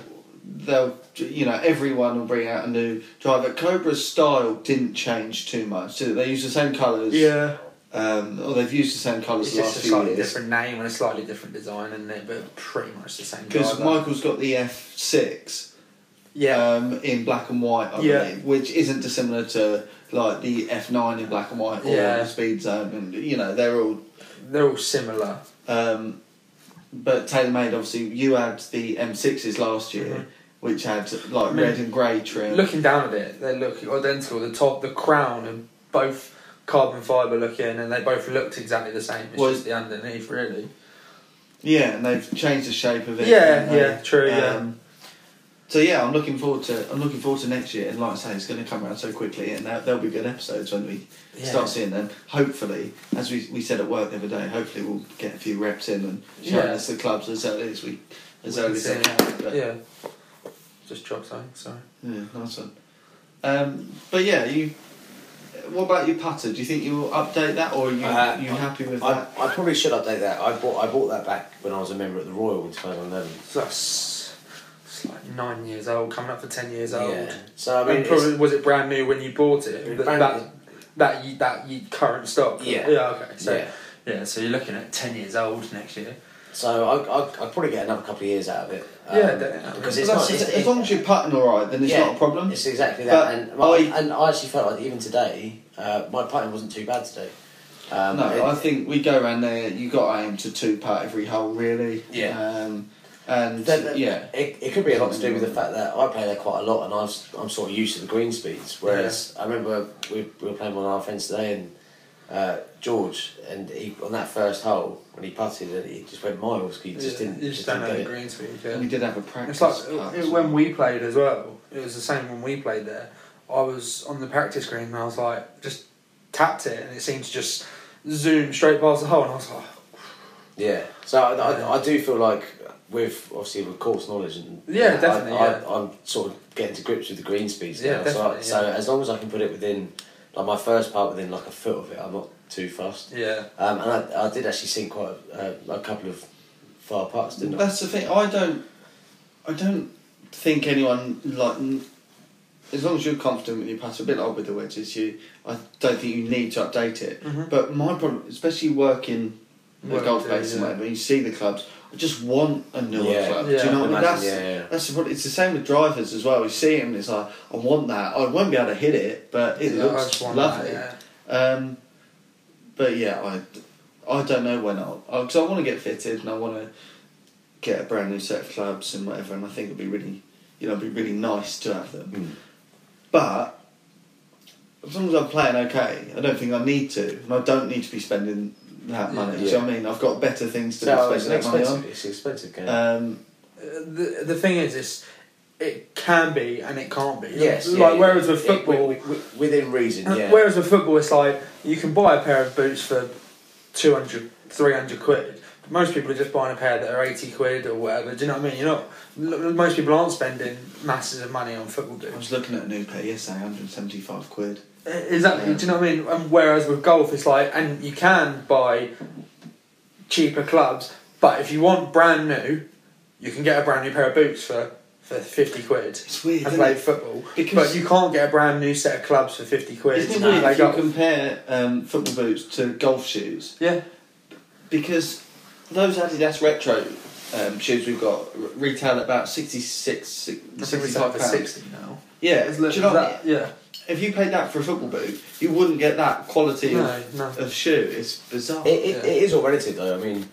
they'll you know everyone will bring out a new driver. Cobra's style didn't change too much. did it? They use the same colours.
yeah,
Um, or they've used the same colours
it's
the
just
last
a
few
slightly
years.
different name and a slightly different design, and they're but pretty much the same.
Because
driver.
Michael's got the F six.
yeah,
Um, in black and white, I
Yeah.
believe, which isn't dissimilar to like the F nine in black and white or
Yeah.
the Speed Zone, and you know they're all
they're all similar.
Um, but TaylorMade, obviously, you had the M6s last year,
Mhm.
which had like
I mean,
red and grey trim.
Looking down at it, they look identical. The top, the crown, and both carbon fibre looking, and they both looked exactly the same. It's
Well,
just the underneath, really.
yeah, and they've changed the shape of it.
Yeah,
haven't they? Um,
yeah, true, yeah.
So yeah, I'm looking forward to I'm looking forward to next year, and like I say, it's going to come around so quickly, and there, there'll be good episodes when we
Yeah.
start seeing them. Hopefully, as we, we said at work the other day, hopefully we'll get a few reps in and showing
Yeah.
us the clubs as early as we as
We
early
can
as
see
they
it.
can. But-
Yeah. Just dropped something, sorry.
Yeah, nice one. Um, but yeah, you. What about your putter? Do you think you will update that, or are you
Uh,
you happy with
I,
that?
I probably should update that. I bought. I bought that back when I was a member at the Royal in 2011.
So that's it's like nine years old, coming up for ten years old.
Yeah. So I
I
mean,
mean,
it's-
probably, was it brand new when you bought it?
It was
That
brand
that,
new.
that, ye- that ye- current stock.
Yeah.
Yeah. Okay. So,
Yeah.
yeah. So you're looking at ten years old next year.
So I, I, I'd probably get another couple of years out of it.
Yeah, definitely.
because
Well,
it's
that's
not.
just-
It's,
as long as you're putting all right, then it's
yeah,
not a problem.
It's exactly
But
that, and my,
I-
and I actually felt like even today, uh, my putting wasn't too bad today. Um,
no,
it-
I think we go around there. You got to aim to two putt every hole, really.
Yeah.
Um, and
that- that-
yeah,
it, it could be a lot to do
Mm.
with the fact that I play there quite a lot, and I was, I'm sort of used to the green speeds. Whereas I remember we, we were playing with our friends today, and uh, George, and he, on that first hole when he putted, and he just went miles. 'cause He just
Yeah,
didn't.
You just
didn't
don't know
get
the
it.
green speed.
we
Yeah.
did have a practice.
It's like
putt
it-
as
when
well.
we played as well. It was the same when we played there. I was on the practice green and I was like, just tapped it, and it seemed to just zoom straight past the hole, and I was like. "Oh."
Yeah. So I, I, I do feel like with obviously with course knowledge and
Yeah, definitely,
I, I,
yeah.
I'm sort of getting to grips with the green speeds
Yeah,
now. So, I,
definitely,
so
yeah.
as long as I can put it within like my first part within like a foot of it, I'm not too fussed.
Yeah.
Um, and I, I did actually sink quite a, a, a couple of far putts, didn't I?
That's the thing. I don't. I don't think anyone like. n- As long as you're confident with your pass, a bit like with the wedges, you. I don't think you need to update it.
Mm-hmm.
Mhm.
But my problem, especially working the
Work,
golf
yeah,
base and
yeah.
whatever, you see the clubs. I just want a newer
Yeah,
club.
yeah,
Do you know
I
what I mean?
imagine,
That's
yeah, yeah.
that's the problem. It's the same with drivers as well. You see them, it's like I want that. I won't be able to hit it, but it
Yeah, I
looks
just want
lovely.
that,
Um, but yeah, I, I don't know when I'll because I want to get fitted and I want to get a brand new set of clubs and whatever, and I think it'd be really, you know, it'd be really nice to have them.
Mm.
But as long as I'm playing okay, I don't think I need to, and I don't need to be spending that money. Do you know what I mean? I've got better things to
So
be
it's an
spending that money on.
expensive. It's an expensive game.
Um,
Uh, the the thing is, it's, it can be and it can't be.
yes.
Like
yeah, yeah.
whereas with
It-
football, Uh,
wi- wi- within reason. Yeah.
whereas with football, it's like you can buy a pair of boots for 200, 300 quid. Most people are just buying a pair that are eighty quid or whatever. Do you know what I mean? You're not. l- Most people aren't spending masses of money on football
I
boots.
was looking at a new pair yesterday, 175 quid.
Exactly.
Yeah.
Do you know what I mean? And whereas with golf, it's like, and you can buy cheaper clubs, but if you want brand new, you can get a brand new pair of boots for, for fifty quid.
It's weird,
And
isn't
play
it?
football,
Because-
but you can't get a brand new set of clubs for fifty quid.
Isn't it
to
weird
play
if you
golf.
compare um, football boots to golf shoes?
yeah,
because those Adidas retro um, shoes we've got r- retail at about 66, six-
I think we
65
start for
pounds.
sixty now.
Yeah,
It's
do
literally
you know
that.
that?
Yeah.
If you paid that for a football boot, you wouldn't get that quality
No,
of,
no.
of shoe. It's bizarre.
It, it,
Yeah.
it is all relative though. I mean,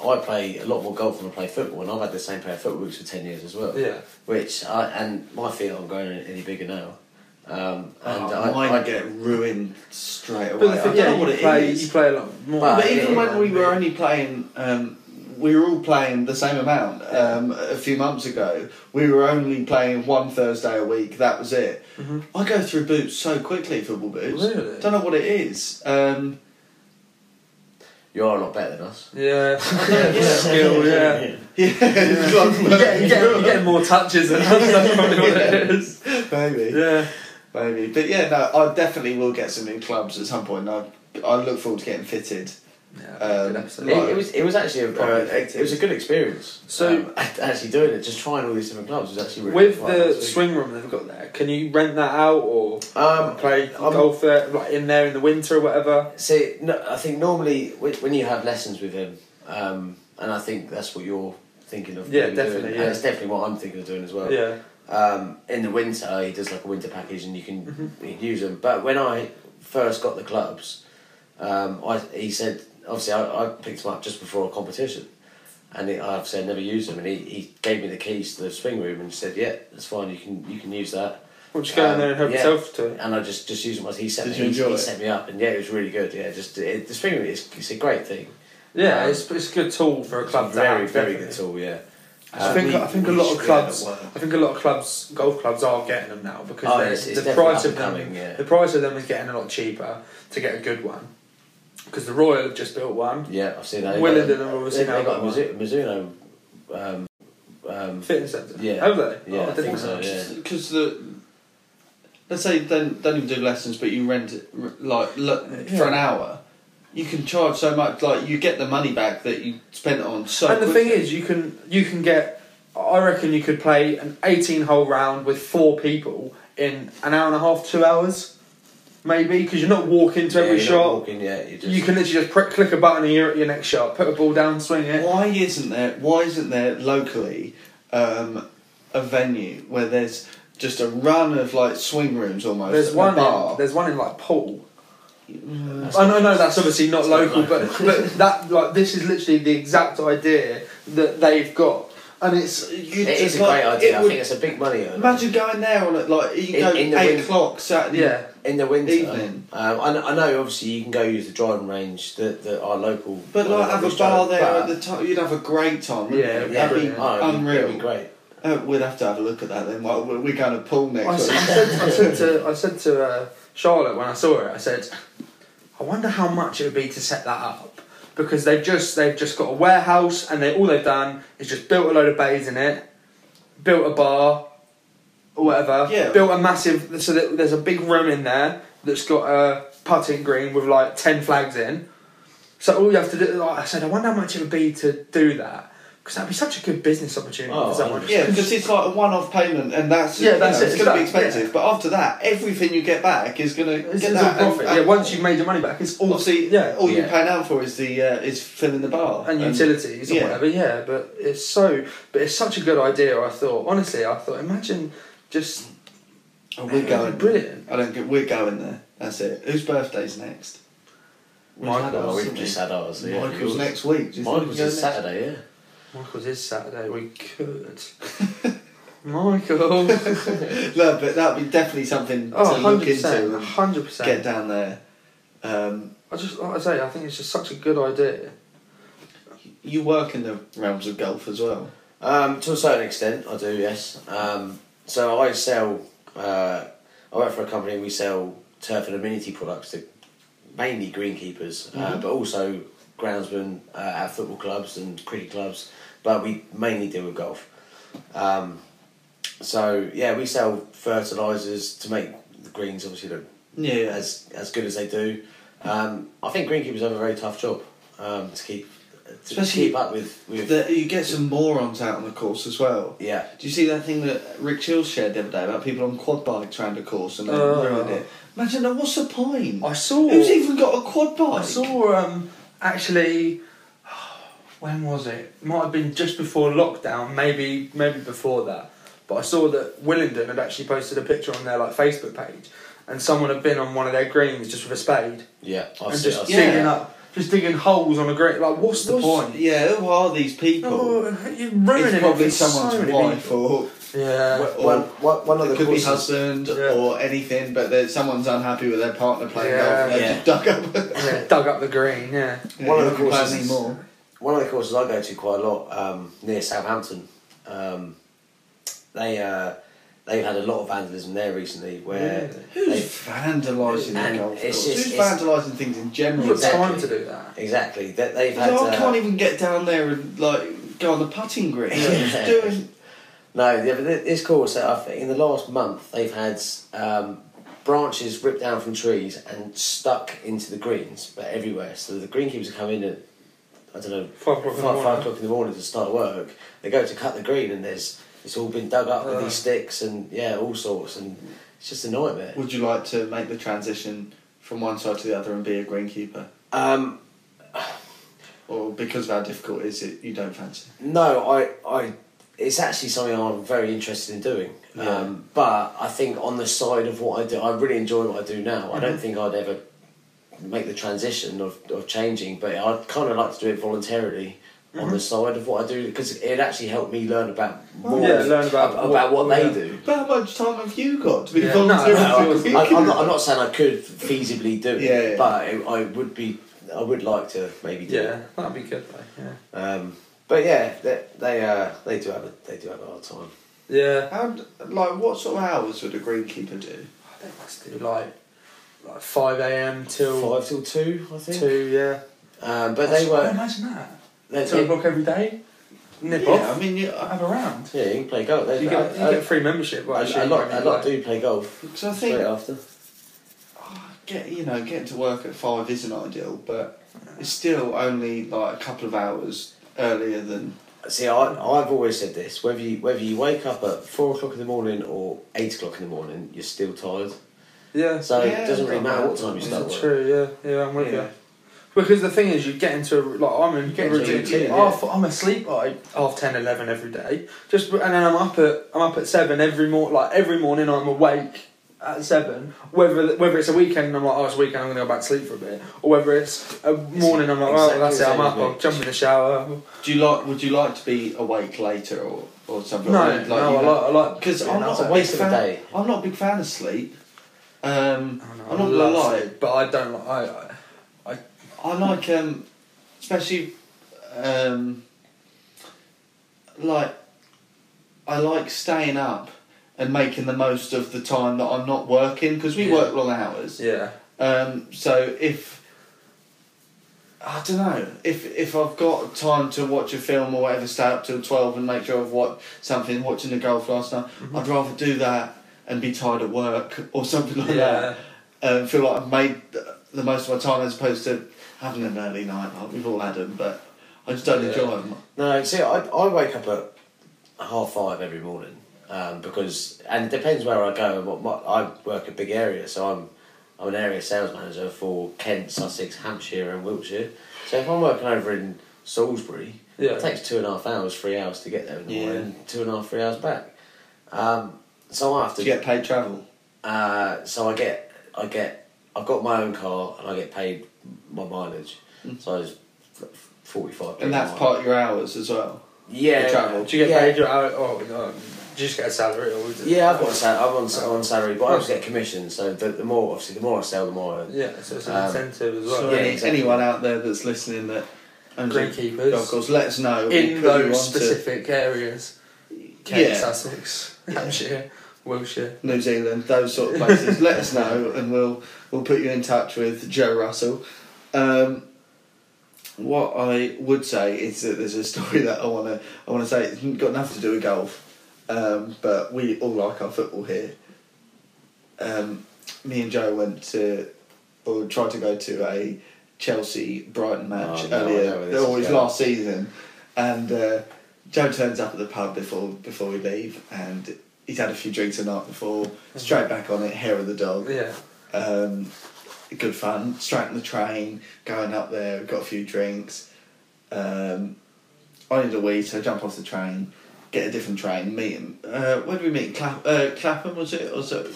I play a lot more golf than I play football, and I've had the same pair of foot boots for ten years as well.
Yeah.
Which I and my feet aren't going any bigger now. Um, and
Oh,
I,
mine
I
get ruined straight away.
But the
I
thing,
don't
yeah,
know what
you
it
play,
is.
you play a lot more.
But
But
Yeah,
even
yeah,
when we were only playing, um, we were all playing the same amount um, a few months ago. We were only playing one Thursday a week. That was it. I go through boots so quickly, football boots.
Mm-hmm. Really?
Don't know what it is. Um,
you are a lot better than us.
Yeah. yeah. Skill. Yeah.
yeah, it's like-
You're getting, you're getting- you're getting more touches than us. That's probably what it is.
maybe,
Yeah.
maybe. But yeah, no, I definitely will get some new clubs at some point. And I, I look forward to getting fitted.
Yeah.
Um,
good episode.
It, it was it was actually a proper,
Uh,
it, it was a good experience.
So-
um, actually doing it, just trying all these different clubs was actually really
With
quite
the
nice.
swing room they've got there, can you rent that out or
Um,
play
I'm-
golf there, like in there in the winter or whatever?
See, no, I think normally when when you have lessons with him, um, and I think that's what you're thinking of.
Yeah,
maybe
definitely,
Doing,
yeah.
And it's definitely what I'm thinking of doing as well.
Yeah.
Um, in the winter, he does like a winter package, and you can,
Mm-hmm.
you can use them. But when I first got the clubs, um, I he said obviously I, I picked them up just before a competition, and he, I've said never use them, and he, he gave me the keys to the swing room and said, yeah, that's fine, you can you can use that.
Well, just go in
Um,
there and help
yeah.
yourself to it.
And I just just used them as he set
Did
me.
you
he-
enjoy
he
it?
set me up, and yeah, it was really good. Yeah, just it, the spring room is it's a great thing.
Yeah,
Um,
it's, it's a good tool for a
It's
club.
a
to
very
have,
very
definitely.
good tool. Yeah.
I think
we-
I think a
we
lot
should
of
get that
clubs.
at work.
I think a lot of clubs, golf clubs, are getting them now because
Oh,
they-
it's- it's
the
definitely
price
up
of
and
them,
coming, yeah.
the price of them is getting a lot cheaper to get a good one. Because the Royal have just built one,
Yeah, I've seen that.
Willard
They-
and all, I've
they,
seen
they
that
got a
one.
Mizu- Mizuno. Um, um,
fitness centre.
Yeah.
have they?
Yeah,
oh, I
I
didn't
think
know.
so, yeah.
because the let's say don't don't even do lessons, but you rent it r- like look,
Uh,
for an hour. You can charge so much, like you get the money back that you spent on so.
and the thing
quickly.
is, you can you can get. I reckon you could play an eighteen-hole round with four people in an hour and a half, two hours, maybe, because you're not walking to
yeah,
every
you're not
shot.
Walking, yeah, you just.
You can literally just prick, click a button and you're at your next shot. Put a ball down, swing it.
why isn't there? Why isn't there locally um, a venue where there's just a run of like swing rooms almost?
There's
and a
one.
bar.
In, there's one in like Paul. I know, no, Mm. that's obviously not local, but but that like this is literally the exact idea that they've got, and it's
You
It is
just,
a
like,
great idea.
it
I
would-
think it's a big money. earner.
imagine going there on it like you
In-
go
in the
eight
win-
o'clock Saturday.
yeah.
in the winter.
Evening.
Um, I, know, I know. Obviously, you can go use the driving range that, that our local.
But
our
like, have
local
a bar
driving-
there
but-
at the top. You'd have a great time. wouldn't
Yeah,
you?
it'd be
that'd be
brilliant.
Oh, it'd be-
unreal.
it'd be great.
Uh, we'd have to have a look at that then. Well, we- we're going to pool
I
next
said, I
week.
said, I said to I said to uh, Charlotte when I saw it, I said, I wonder how much it would be to set that up because they've just they've just got a warehouse and they all they've done is just built a load of bays in it, built a bar, or whatever.
Yeah.
Built a massive so that there's a big room in there that's got a putting green with like ten flags in. So all you have to do, like I said, I wonder how much it would be to do that because that'd be such a good business opportunity
Oh,
for someone.
Yeah, because it's like a one-off payment, and that's
Yeah,
you
that's
know,
it,
It's going to be
it's that,
expensive,
yeah.
but after that, everything you get back is going to
It's,
get
it's all
that. and-
profit.
and
yeah, once you've made your money back, it's all
obviously,
yeah,
all you're
Yeah.
paying out for is the uh, is filling the bar
and utilities or
yeah.
whatever. Yeah, but it's so, but it's such a good idea. I thought honestly, I thought imagine just
And Oh, we're
That'd be
going
brilliant.
I don't get. We're going there. That's it. Whose birthday's next? We've had
Oh,
ours,
we've
haven't
just
we?
had ours. Yeah.
Michael's next week. Do you think we
Michael's
go
is
next-
Saturday. Yeah.
Michael's is Saturday. We could. Michael,
No, but that'd be definitely something
oh,
to look
100%,
into and
100%.
get down there. Um,
I just, like I say, I think it's just such a good idea.
you work in the realms of golf as well.
Um, to a certain extent, I do. Yes. Um, so I sell. Uh, I work for a company. We sell turf and amenity products to mainly greenkeepers, uh, but also groundsmen uh, at football clubs and cricket clubs. But we mainly deal with golf. Um, so yeah, we sell fertilisers to make the greens obviously look
Yeah,
as as good as they do. Um, I think greenkeepers have a very tough job um, to keep to
Especially
keep up with with.
That you get some morons out on the course as well.
yeah.
Do you see that thing that Rick Chills shared the other day about people on quad bikes around a course and they
Oh.
ruined it? Imagine that. What's the point?
I saw.
Who's even got a quad bike?
I saw um, actually when was it? Might have been just before lockdown, maybe maybe before that. But I saw that Willingdon had actually posted a picture on their like Facebook page, and someone had been on one of their greens just with a spade
Yeah, I've
and
seen.
just
I've
seen
digging
it.
up, just digging holes on a green. Like, what's the point?
Yeah, who are these people?
Oh, you're ruining
it's
it
probably
for so
someone's
many
wife
people.
or
Yeah.
Well,
One, one, one of the
it could be
courses,
husband
Yeah.
or anything, but that someone's unhappy with their partner playing
Yeah.
golf. They
Yeah.
just dug up.
yeah, dug up the green. Yeah.
One of the
you couldn't play
courses-
anymore.
one of the courses I go to quite a lot um, near Southampton. Um, they uh, they've had a lot of vandalism there recently. Where they've,
Who's vandalising
And
the golf
it's
course?
just-
Who's
it's-
vandalising things in general?
You've got time
Exactly.
to do that.
exactly that they've had.
No, I
uh,
can't even get down there and like go on the putting green.
Yeah.
Doing
No, yeah, but thi- this course, uh, I think in the last month, they've had um, branches ripped down from trees and stuck into the greens, but everywhere. So the greenkeepers come in at, I don't know,
Five o'clock in the
five,
morning.
five o'clock in the morning to start work. They go to cut the green and there's it's all been dug up with
Ugh.
these sticks and, yeah, all sorts. And it's just a nightmare.
Would you like to make the transition from one side to the other and be a greenkeeper?
Um,
Or because of how difficult it is it, you don't fancy?
No, I, I, it's actually something I'm very interested in doing. Um, but I think on the side of what I do, I really enjoy what I do now. I
Mm-hmm.
don't think I'd ever make the transition of, of changing, but I'd kind of like to do it voluntarily
Mm-hmm.
on the side of what I do because it actually helped me learn about more
yeah, learn about
ab- about what,
what-
they
yeah.
do.
But how much time have you got to be
Yeah.
volunteering?
No,
for
no,
a
I, I'm,
greenkeeper?
not, I'm not saying I could feasibly do it,
Yeah, yeah.
but it, I would be. I would like to maybe do it.
Yeah, that'd be good though. Yeah.
Um, but yeah, they they, uh, they do have a, they do have a hard time.
Yeah.
How, d- like, what sort of hours would a greenkeeper do?
They must do like like five a.m. till
five till two, I think.
two. Yeah. Oh,
Um, but they were.
Imagine that.
They,
Two
they,
o'clock every day. Nip
Yeah, I
off.
mean, you, I,
Have a round.
yeah, you can play golf. They, "Oh,
You get, you
I,
get free membership. Well,
I,
actually,
a lot,
wherever
a
you
lot
go.
do play golf
cause I
straight
think
after.
get you know getting to work at five isn't ideal, but it's still only like a couple of hours earlier than
See, I, I've always said this: whether you whether you wake up at four o'clock in the morning or eight o'clock in the morning, you're still tired.
Yeah.
So
Yeah,
it doesn't really
right.
matter what time you
Is
start
it
work.
true? Yeah, yeah, I'm with
Yeah.
you. Because the thing is, you get into a, like I'm in
get
get
into a routine, yeah.
I'm asleep like half 10, 11 every day. Just and then I'm up at I'm up at seven every morning. Like every morning, I'm awake at seven. Whether whether it's a weekend, I'm like, oh, it's a weekend. I'm gonna go back to sleep for a bit. Or whether it's a morning, I'm like,
exactly
oh, that's it.
the
I'm
same
up.
as me.
I'll jump in the shower.
Do you like? Would you like to be awake later or or something?
No,
like,
no, I like, I like
Because
Yeah,
I'm
that's
not a
a waste
big
of a
fan-
day.
I'm not a big fan of sleep. Um,
I
I'm
don't know, Oh, I
not gonna
love
lie.
sleep, but I don't like. I, I,
I like, um, especially, um, like, I like staying up and making the most of the time that I'm not working because we
Yeah.
work long hours.
yeah,
Um, so if I don't know if if I've got time to watch a film or whatever, stay up till twelve and make sure I've watched something. Watching the golf last night,
Mm-hmm.
I'd rather do that and be tired at work or something like
yeah.
that. Um, feel like I've made the- the most of my time as opposed to having an early night. Like we've all had them, but I just don't
Yeah.
enjoy them.
No, see, I, I wake up at half five every morning um, because, and it depends where I go. and What, what I work a big area, so I'm I'm an area sales manager for Kent, Sussex, Hampshire, and Wiltshire. So if I'm working over in Salisbury,
Yeah.
it takes two and a half hours, three hours to get there in the
Yeah.
morning, two and a half, three hours back. Um, so I have
Do
to
you get paid travel?
uh, so I get, I get, I've got my own car and I get paid my mileage. So I just forty five.
Hmm. And that's part of your hours as well.
Yeah,
the travel.
Do you get
yeah.
paid? Your hour, oh, no, do you just get a salary? Or is it-
Yeah, I've got a sal- I'm on, I'm on salary, but I also get commission. So the, the more, obviously, the more I sell, the more. I,
Yeah, so it's an
Um,
incentive as well.
So
yeah,
any,
exactly.
anyone out there that's listening that owns a
Greenkeepers.
golf course, let us know. We'll
In
put you
those
onto-
specific areas, Kent,
Yeah.
Sussex, Hampshire, Wiltshire.
New Zealand, those sort of places, let us know and we'll we'll put you in touch with Joe Russell. Um, what I would say is that there's a story that I wanna I wanna say it's got nothing to do with golf, um, but we all like our football here. Um, me and Joe went to or tried to go to a Chelsea Brighton match
Oh, no, I know
earlier.
where this
That
is
was
going.
last season, and uh, Joe turns up at the pub before before we leave, and he's had a few drinks the night before. Straight back on it, hair of the dog.
Yeah.
Um, good fun. Straight on the train, going up there, got a few drinks. Um, I need a wee, so I jump off the train, get a different train, meet him. Uh, where did we meet? Clap, uh, Clapham, was it? Or so,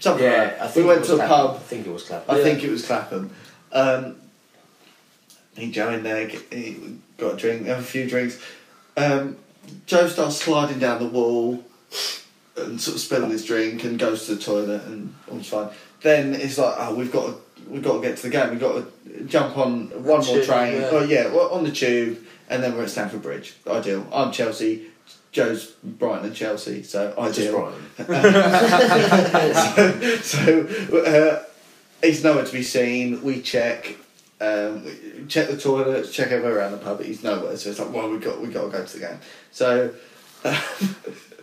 something like that. we
it
went
was
to a
Clapham. I
pub.
think it was Clapham.
I think it was Clapham. Um, he joined there, g- he got a drink, have a few drinks. Um, Joe starts sliding down the wall and sort of spilling his drink and goes to the toilet and all's fine. Then it's like, oh, we've got to, we've got to get to the game. We've got to jump on one more
tube,
train.
yeah.
Oh yeah, well, on the tube, and then we're at Stamford Bridge. Ideal. I'm Chelsea. Joe's Brighton and Chelsea, so ideal
Just Brighton.
so uh, he's nowhere to be seen. We check, um, we check the toilets, check everywhere around the pub. He's nowhere, so it's like, well, we got we got to go to the game. So,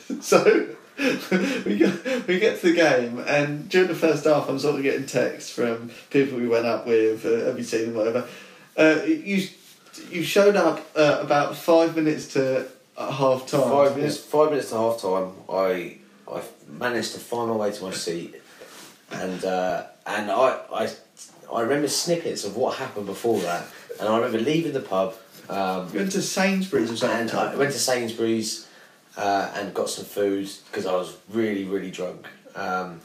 um, so we go, we get to the game, and during the first half, I'm sort of getting texts from people we went up with. Uh, have you seen them? Whatever. Uh, you you showed up uh, about five minutes to uh, half time.
Five minutes. Five minutes to half time. I I managed to find my way to my seat, and uh, and I I I remember snippets of what happened before that, and I remember leaving the pub. Um,
You went to Sainsbury's or something.
and I went to Sainsbury's uh, and got some food because I was really, really drunk. Um,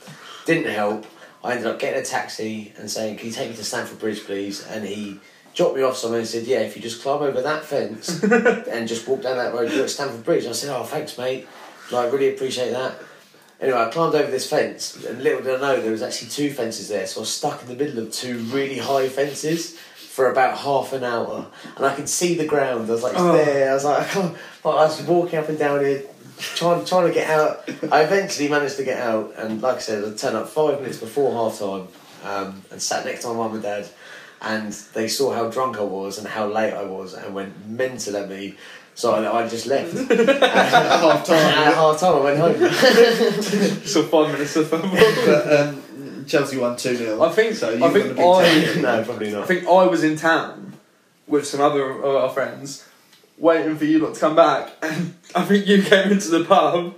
didn't help. I ended up getting a taxi and saying, "Can you take me to Stamford Bridge, please?" And he dropped me off somewhere and said, "Yeah, if you just climb over that fence and just walk down that road, you're at Stamford Bridge." And I said, "Oh, thanks, mate. Like, really appreciate that." Anyway, I climbed over this fence, and little did I know there was actually two fences there, so I was stuck in the middle of two really high fences for about half an hour, and I could see the ground. I was like, it's there. I was like, I can't. Like, I was walking up and down here, trying trying to get out. I eventually managed to get out, and like I said, I turned up five minutes before half time, um, and sat next to my mum and dad, and they saw how drunk I was and how late I was, and went mental at me. So I, I just left. and
at half time.
at half time, I went home.
So five minutes of football.
But um, Chelsea won 2 0.
I think-
so.
I
You've
think
got a big
I-
take.
no, probably
I
not.
think I was in town with some other of our friends, waiting for you lot to come back, and I think you came into the pub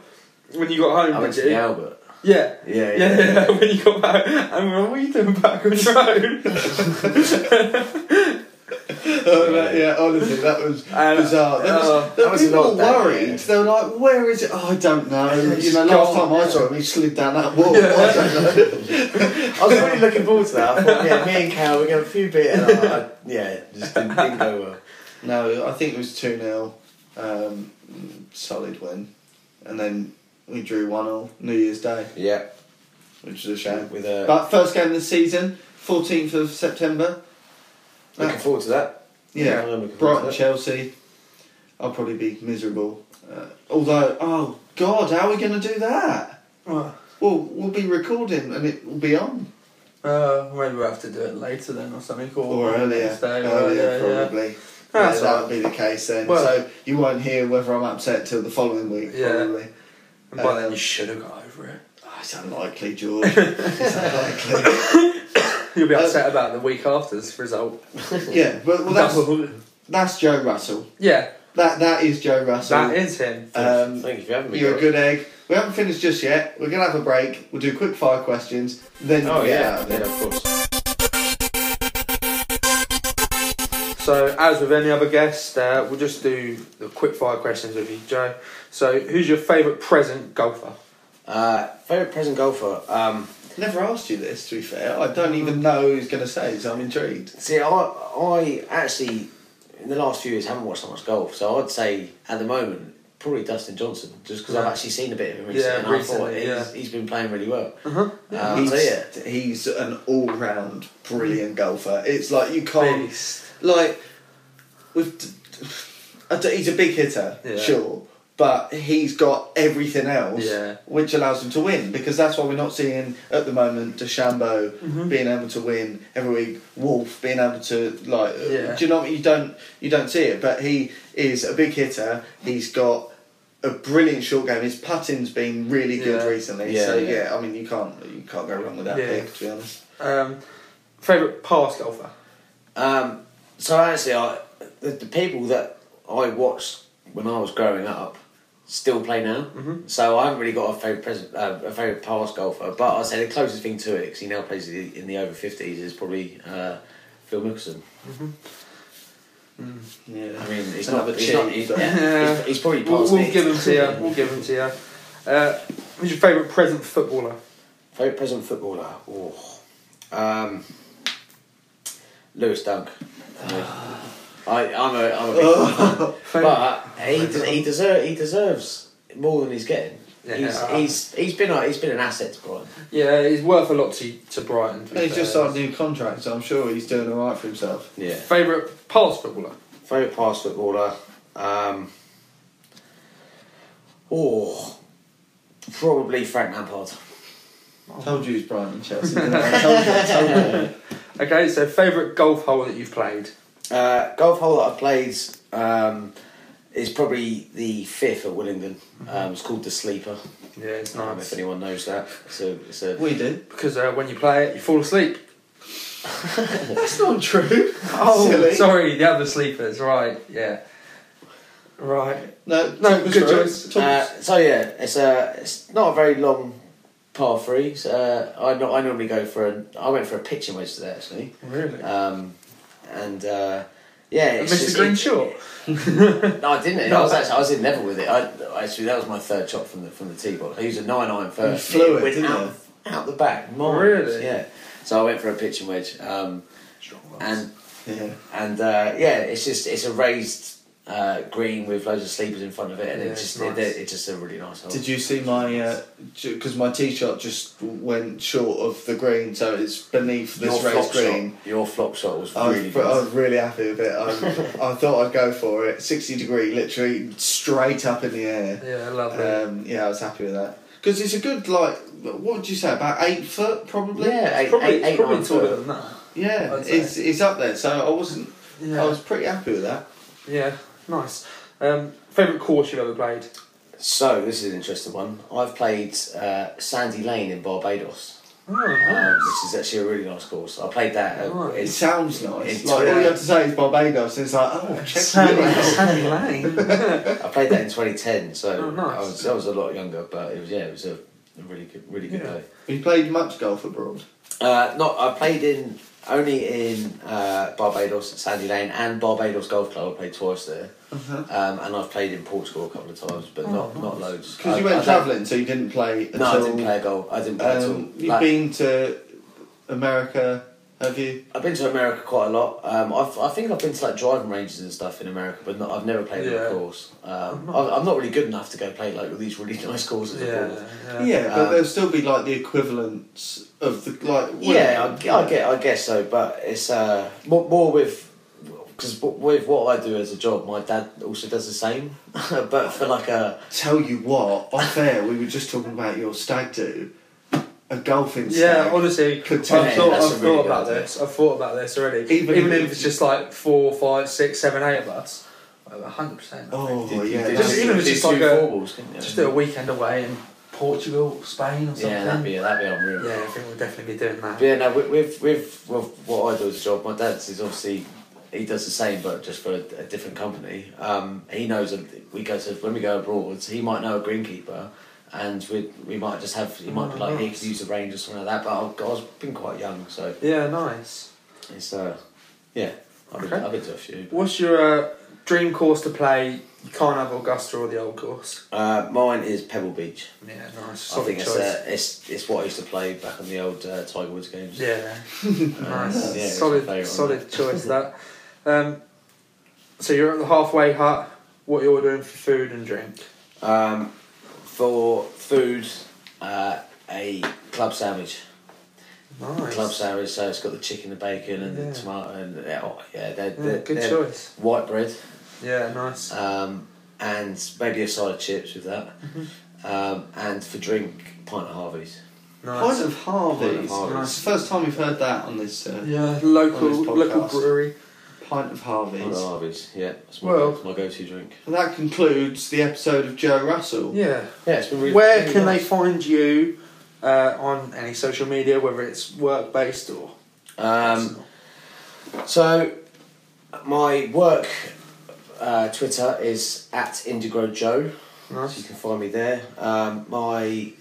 when you got home.
I went to
did you?
the Albert.
Yeah.
Yeah,
Yeah, yeah, yeah, when you got back, and we were like, what are you doing back on the road?
Oh, that- yeah, honestly, that was
And-
bizarre. There
uh,
was,
oh,
there
that
were
was an
people
odd day,
worried.
yeah.
They were like, where is it? Oh, I don't know. You
Just
know, last
gone.
time I saw him, he slid down that wall. I don't know.
I was really looking forward to that. I thought, yeah, me and Cal, we're going to a few beers. And I, I, yeah, just didn't, didn't go well.
No, I think it was 2 0. Um, solid win. And then we drew 1 0 New Year's Day,
Yeah,
which was a shame.
with uh,
But first game of the season, 14th of September.
looking forward to that.
Yeah,
Yeah, I'm looking forward to
Brighton,
that.
Chelsea. I'll probably be miserable. Uh, although, oh God, how are we going to do that?
Oh,
Well, we'll be recording and it will be on
Uh, maybe we'll have to do it later then or something. Or,
or earlier.
next day, or
earlier,
earlier, yeah.
probably.
Ah,
Yeah,
that's
that
all
would be the case then.
Well-
so you won't hear whether I'm upset till the following week,
Yeah.
probably.
And by then
Um,
you should have got over it.
Oh, it's unlikely, George. it's unlikely.
You'll be upset about the week after's result.
Yeah, but well, that's
Double.
that's Joe Russell.
yeah,
That that is Joe Russell.
that is him.
Um,
Thank you for having me.
You're a
guys.
good egg. We haven't finished just yet. We're gonna have a break. We'll do quick fire questions. Then
Oh
we'll get out
yeah,
of
yeah,
it.
of course.
So, as with any other guest, uh, we'll just do the quick fire questions with you, Joe. So, who's your favourite present golfer?
Uh, favorite present golfer. Um,
Never asked you this. To be fair, I don't
Mm.
even know who's gonna say. So I'm intrigued.
see, I I actually in the last few years haven't watched that much golf, so I'd say at the moment probably Dustin Johnson, just because I've actually seen a bit of him recently,
Yeah,
and I thought
recently,
he's,
yeah.
he's been playing really well. Um,
he's,
so yeah,
he's an all-round brilliant golfer. It's like you can't
Beast.
like with. I don't- He's a big hitter,
Yeah.
sure, but he's got everything else,
Yeah.
which allows him to win. Because that's why we're not seeing at the moment DeChambeau
Mm-hmm.
being able to win every week, Wolf being able to like. uh,
Yeah.
Do you know what I mean? you don't you don't see it? But he is a big hitter. He's got a brilliant short game. His putting's been really good
Yeah.
recently.
Yeah,
so
yeah.
yeah. I mean you can't you can't go wrong with that
Yeah.
pick to be honest.
Um, favourite past golfer?
Um, so actually, I, the, the people that I watched when I was growing up still play now. Mm-hmm. So I haven't really got a favorite present, uh, a favorite past golfer. But I say the closest thing to it, because he now plays i- in the over fifties, is probably uh, Phil Mickelson.
Yeah.
I mean, he's
Another
not. He's,
cheat,
not he's,
but-
yeah, he's, he's probably
We'll,
past
we'll
it.
give them to you. We'll give them to you. Uh, who's your favourite present footballer?
Favorite present footballer? Oh, um, Lewis Dunk. I, I'm a, I'm a big but he de- he deserves he deserves more than he's getting.
Yeah.
he's, he's he's been a, he's been an asset to Brighton.
Yeah, he's worth a lot to, to Brighton. to be
He's just
fair.
signed a new contract, so I'm sure he's doing all right for himself.
Yeah,
Favourite past footballer?
favorite pass footballer. Um, oh, probably Frank Lampard.
Told you he's Brighton and Chelsea. didn't I? I told you, I told you.
Okay, so favourite golf hole that you've played?
Uh, golf hole that I played um, is probably the fifth at Willingdon. Um, it's called the Sleeper.
Yeah, it's
Um, if anyone knows that, so so
We do.
Because uh, when you play it, you fall asleep.
That's not true.
Oh,
Silly.
sorry, the other sleepers, right, yeah. Right.
No,
No,
talk us
good
through it.
choice.
Talk
Uh,
us-
so yeah, it's a it's not a very long par three. So, uh, I no- I normally go for a I went for a pitching wedge today actually,
Really?
um, and uh, yeah,
And
it's
Mr.
just-
Green short.
No, I didn't. I was actually I was in level with it. I actually that was my third shot from the from the tee box. I used a nine iron first.
You flew it,
went
didn't
out, out the back. Miles,
Really?
Yeah. So I went for a pitching wedge, um, and
yeah.
and uh, yeah, it's just it's a raised uh, green with loads of sleepers in front of it, and
Yeah,
it
it's
just
nice.
it, it's just a really nice hole.
Did you see my? Because my tee shot just went short of the green, so it's beneath
your
this
flop
raised green.
shot? Your flop shot was
Oh,
I was,
really
I
good.
was really happy with it. I, I thought I'd go for it. 60 degree, literally straight up in the air.
Yeah, I love that.
Um, yeah, I was happy with that. Because it's a good, like, what would you say, about eight foot probably?
yeah, eight,
probably
eight,
oh, it's probably
uh, eight, nine
taller
foot.
than that.
Yeah,
I'd say.
it's, it's up there, so I wasn't,
Yeah,
I was pretty happy with that.
yeah nice. Um, favourite course you've ever played?
So this is an interesting one. I've played uh, Sandy Lane in Barbados,
Oh,
um,
nice. Oh,
which is actually a really nice course. I played that. At,
Right.
It
in-
sounds nice.
It's-
like, all you
yeah.
have to say is Barbados, and it's like, oh, check that out.
Sandy Lane.
I played that in 2010, so
Oh, nice.
I, was, I was a lot younger, but it was yeah, it was a a really good, really good
Yeah.
day.
Have you played much golf abroad?
Uh, not I played in only in uh, Barbados at Sandy Lane and Barbados Golf Club. I played twice there,
Uh-huh.
um, and I've played in Portugal a couple of times,
Oh,
but not not loads.
Because
I-
you
I
went
don't-
travelling, so you didn't play at
No,
all.
I didn't play a golf. I didn't play at all.
Um, you've
Like,
been to America, have you?
I've been to America quite a lot. Um, I've, I think I've been to like driving ranges and stuff in America, but not, I've never played on
Yeah.
a course. Um, I'm, I'm not really good enough to go play like all these really nice courses. abroad.
Yeah,
Yeah,
yeah.
but
Um,
there'll still be like the equivalents of the like.
Yeah, I,
wouldn't
g-
it?
I get, I guess so, but it's uh, more, more with because with what I do as a job, my dad also does the same, but for like a
Tell you what, off air we were just talking about your stag do, a golfing
Yeah,
stag.
honestly, I've
Could
thought,
turn
I've
in.
That's a
thought
really good
about
idea.
this. I've thought about this already.
Even
Even,
if-
if it's just like four, five, six, seven, eight of us, hundred percent.
Oh
you- you
yeah,
do
that's-
Just- even if it's
do
just
two
like a-
four balls, couldn't you?
Just do a weekend away in Portugal, Spain, or something.
yeah, that'd be that'd be unreal.
Yeah, I think we'll definitely be doing that.
But yeah, no, with, with with with what I do as a job, my dad's is obviously he does the same, but just for a, a different company. Um, he knows that we go to when we go abroad, he might know a greenkeeper. And we we might just have he might be like he could use the range or something like that. But I've, I've been quite young, so
Yeah, nice.
It's uh, yeah. I've been,
Okay.
I've been to a few.
What's your uh, dream course to play? You can't have Augusta or the old course.
Uh, mine is Pebble Beach.
Yeah, nice.
I
Solid
think it's,
choice.
uh, it's it's what I used to play back on the old uh, Tiger Woods games.
Yeah, nice.
Yeah, it's my favourite
solid,
one.
solid choice that. Um, so you're at the halfway hut. What you're ordering for food and drink?
Um, for food, uh, a club sandwich.
Nice.
Club sandwich. So it's got the chicken, the bacon, and
Yeah.
the tomato, and yeah, oh, yeah they're,
Yeah,
they're,
good
they're
choice.
White bread,
Yeah, nice.
um, and maybe a side of chips with that.
Mm-hmm.
Um, and for drink, pint of Harvey's.
nice.
Pint of Harvey's.
Pint of Harvey's.
It's the first time we've heard that on this uh,
Yeah,
On
local
this
local
podcast.
brewery.
pint of
Pint
Harvey's.
of Harvey's. Yeah, that's my,
Well-
that's my go-to drink.
And that concludes the episode of Joe Russell.
Yeah.
Yeah, it's been really.
Where
really
can
nice.
they find you uh, on any social media, whether it's work based or
Um,
personal?
so, my work uh, Twitter is at Indigo Joe. So you
Nice.
can find me there. Um, my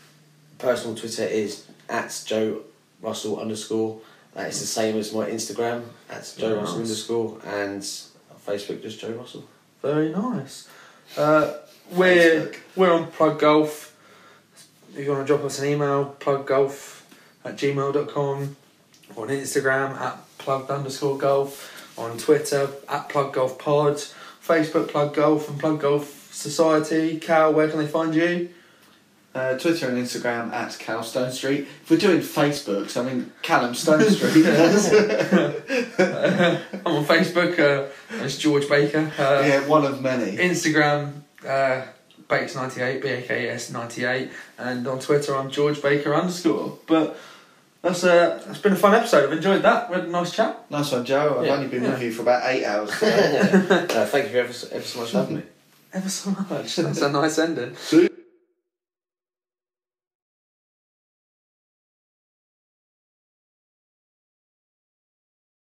personal Twitter is at Joe Russell underscore. That is the same as my Instagram at Joe Russell underscore, and Facebook, just Joe Russell.
Very nice. Uh, we're
Facebook.
we're on Plug Golf. If you want to drop us an email, pluggolf at gmail.com, on Instagram at plugged underscore golf, on Twitter at plug golf pod, Facebook plug golf and plug golf society. Cal, where can they find you?
Uh, Twitter and Instagram at Cal Stone Street. If we're doing Facebooks, I mean Callum Stone Street.
I'm on Facebook, uh, it's George Baker. Uh,
yeah, one of many.
Instagram, uh, Bakes98, B A K E S 98, and on Twitter, I'm George Baker underscore. But that's uh, it's been a fun episode. I've enjoyed that. We had a nice chat.
Nice one, Joe. I've
Yeah.
only been with you for about eight hours. today.
uh, thank you ever, so- ever so much for having me.
Ever so much. That's a nice ending.
See you.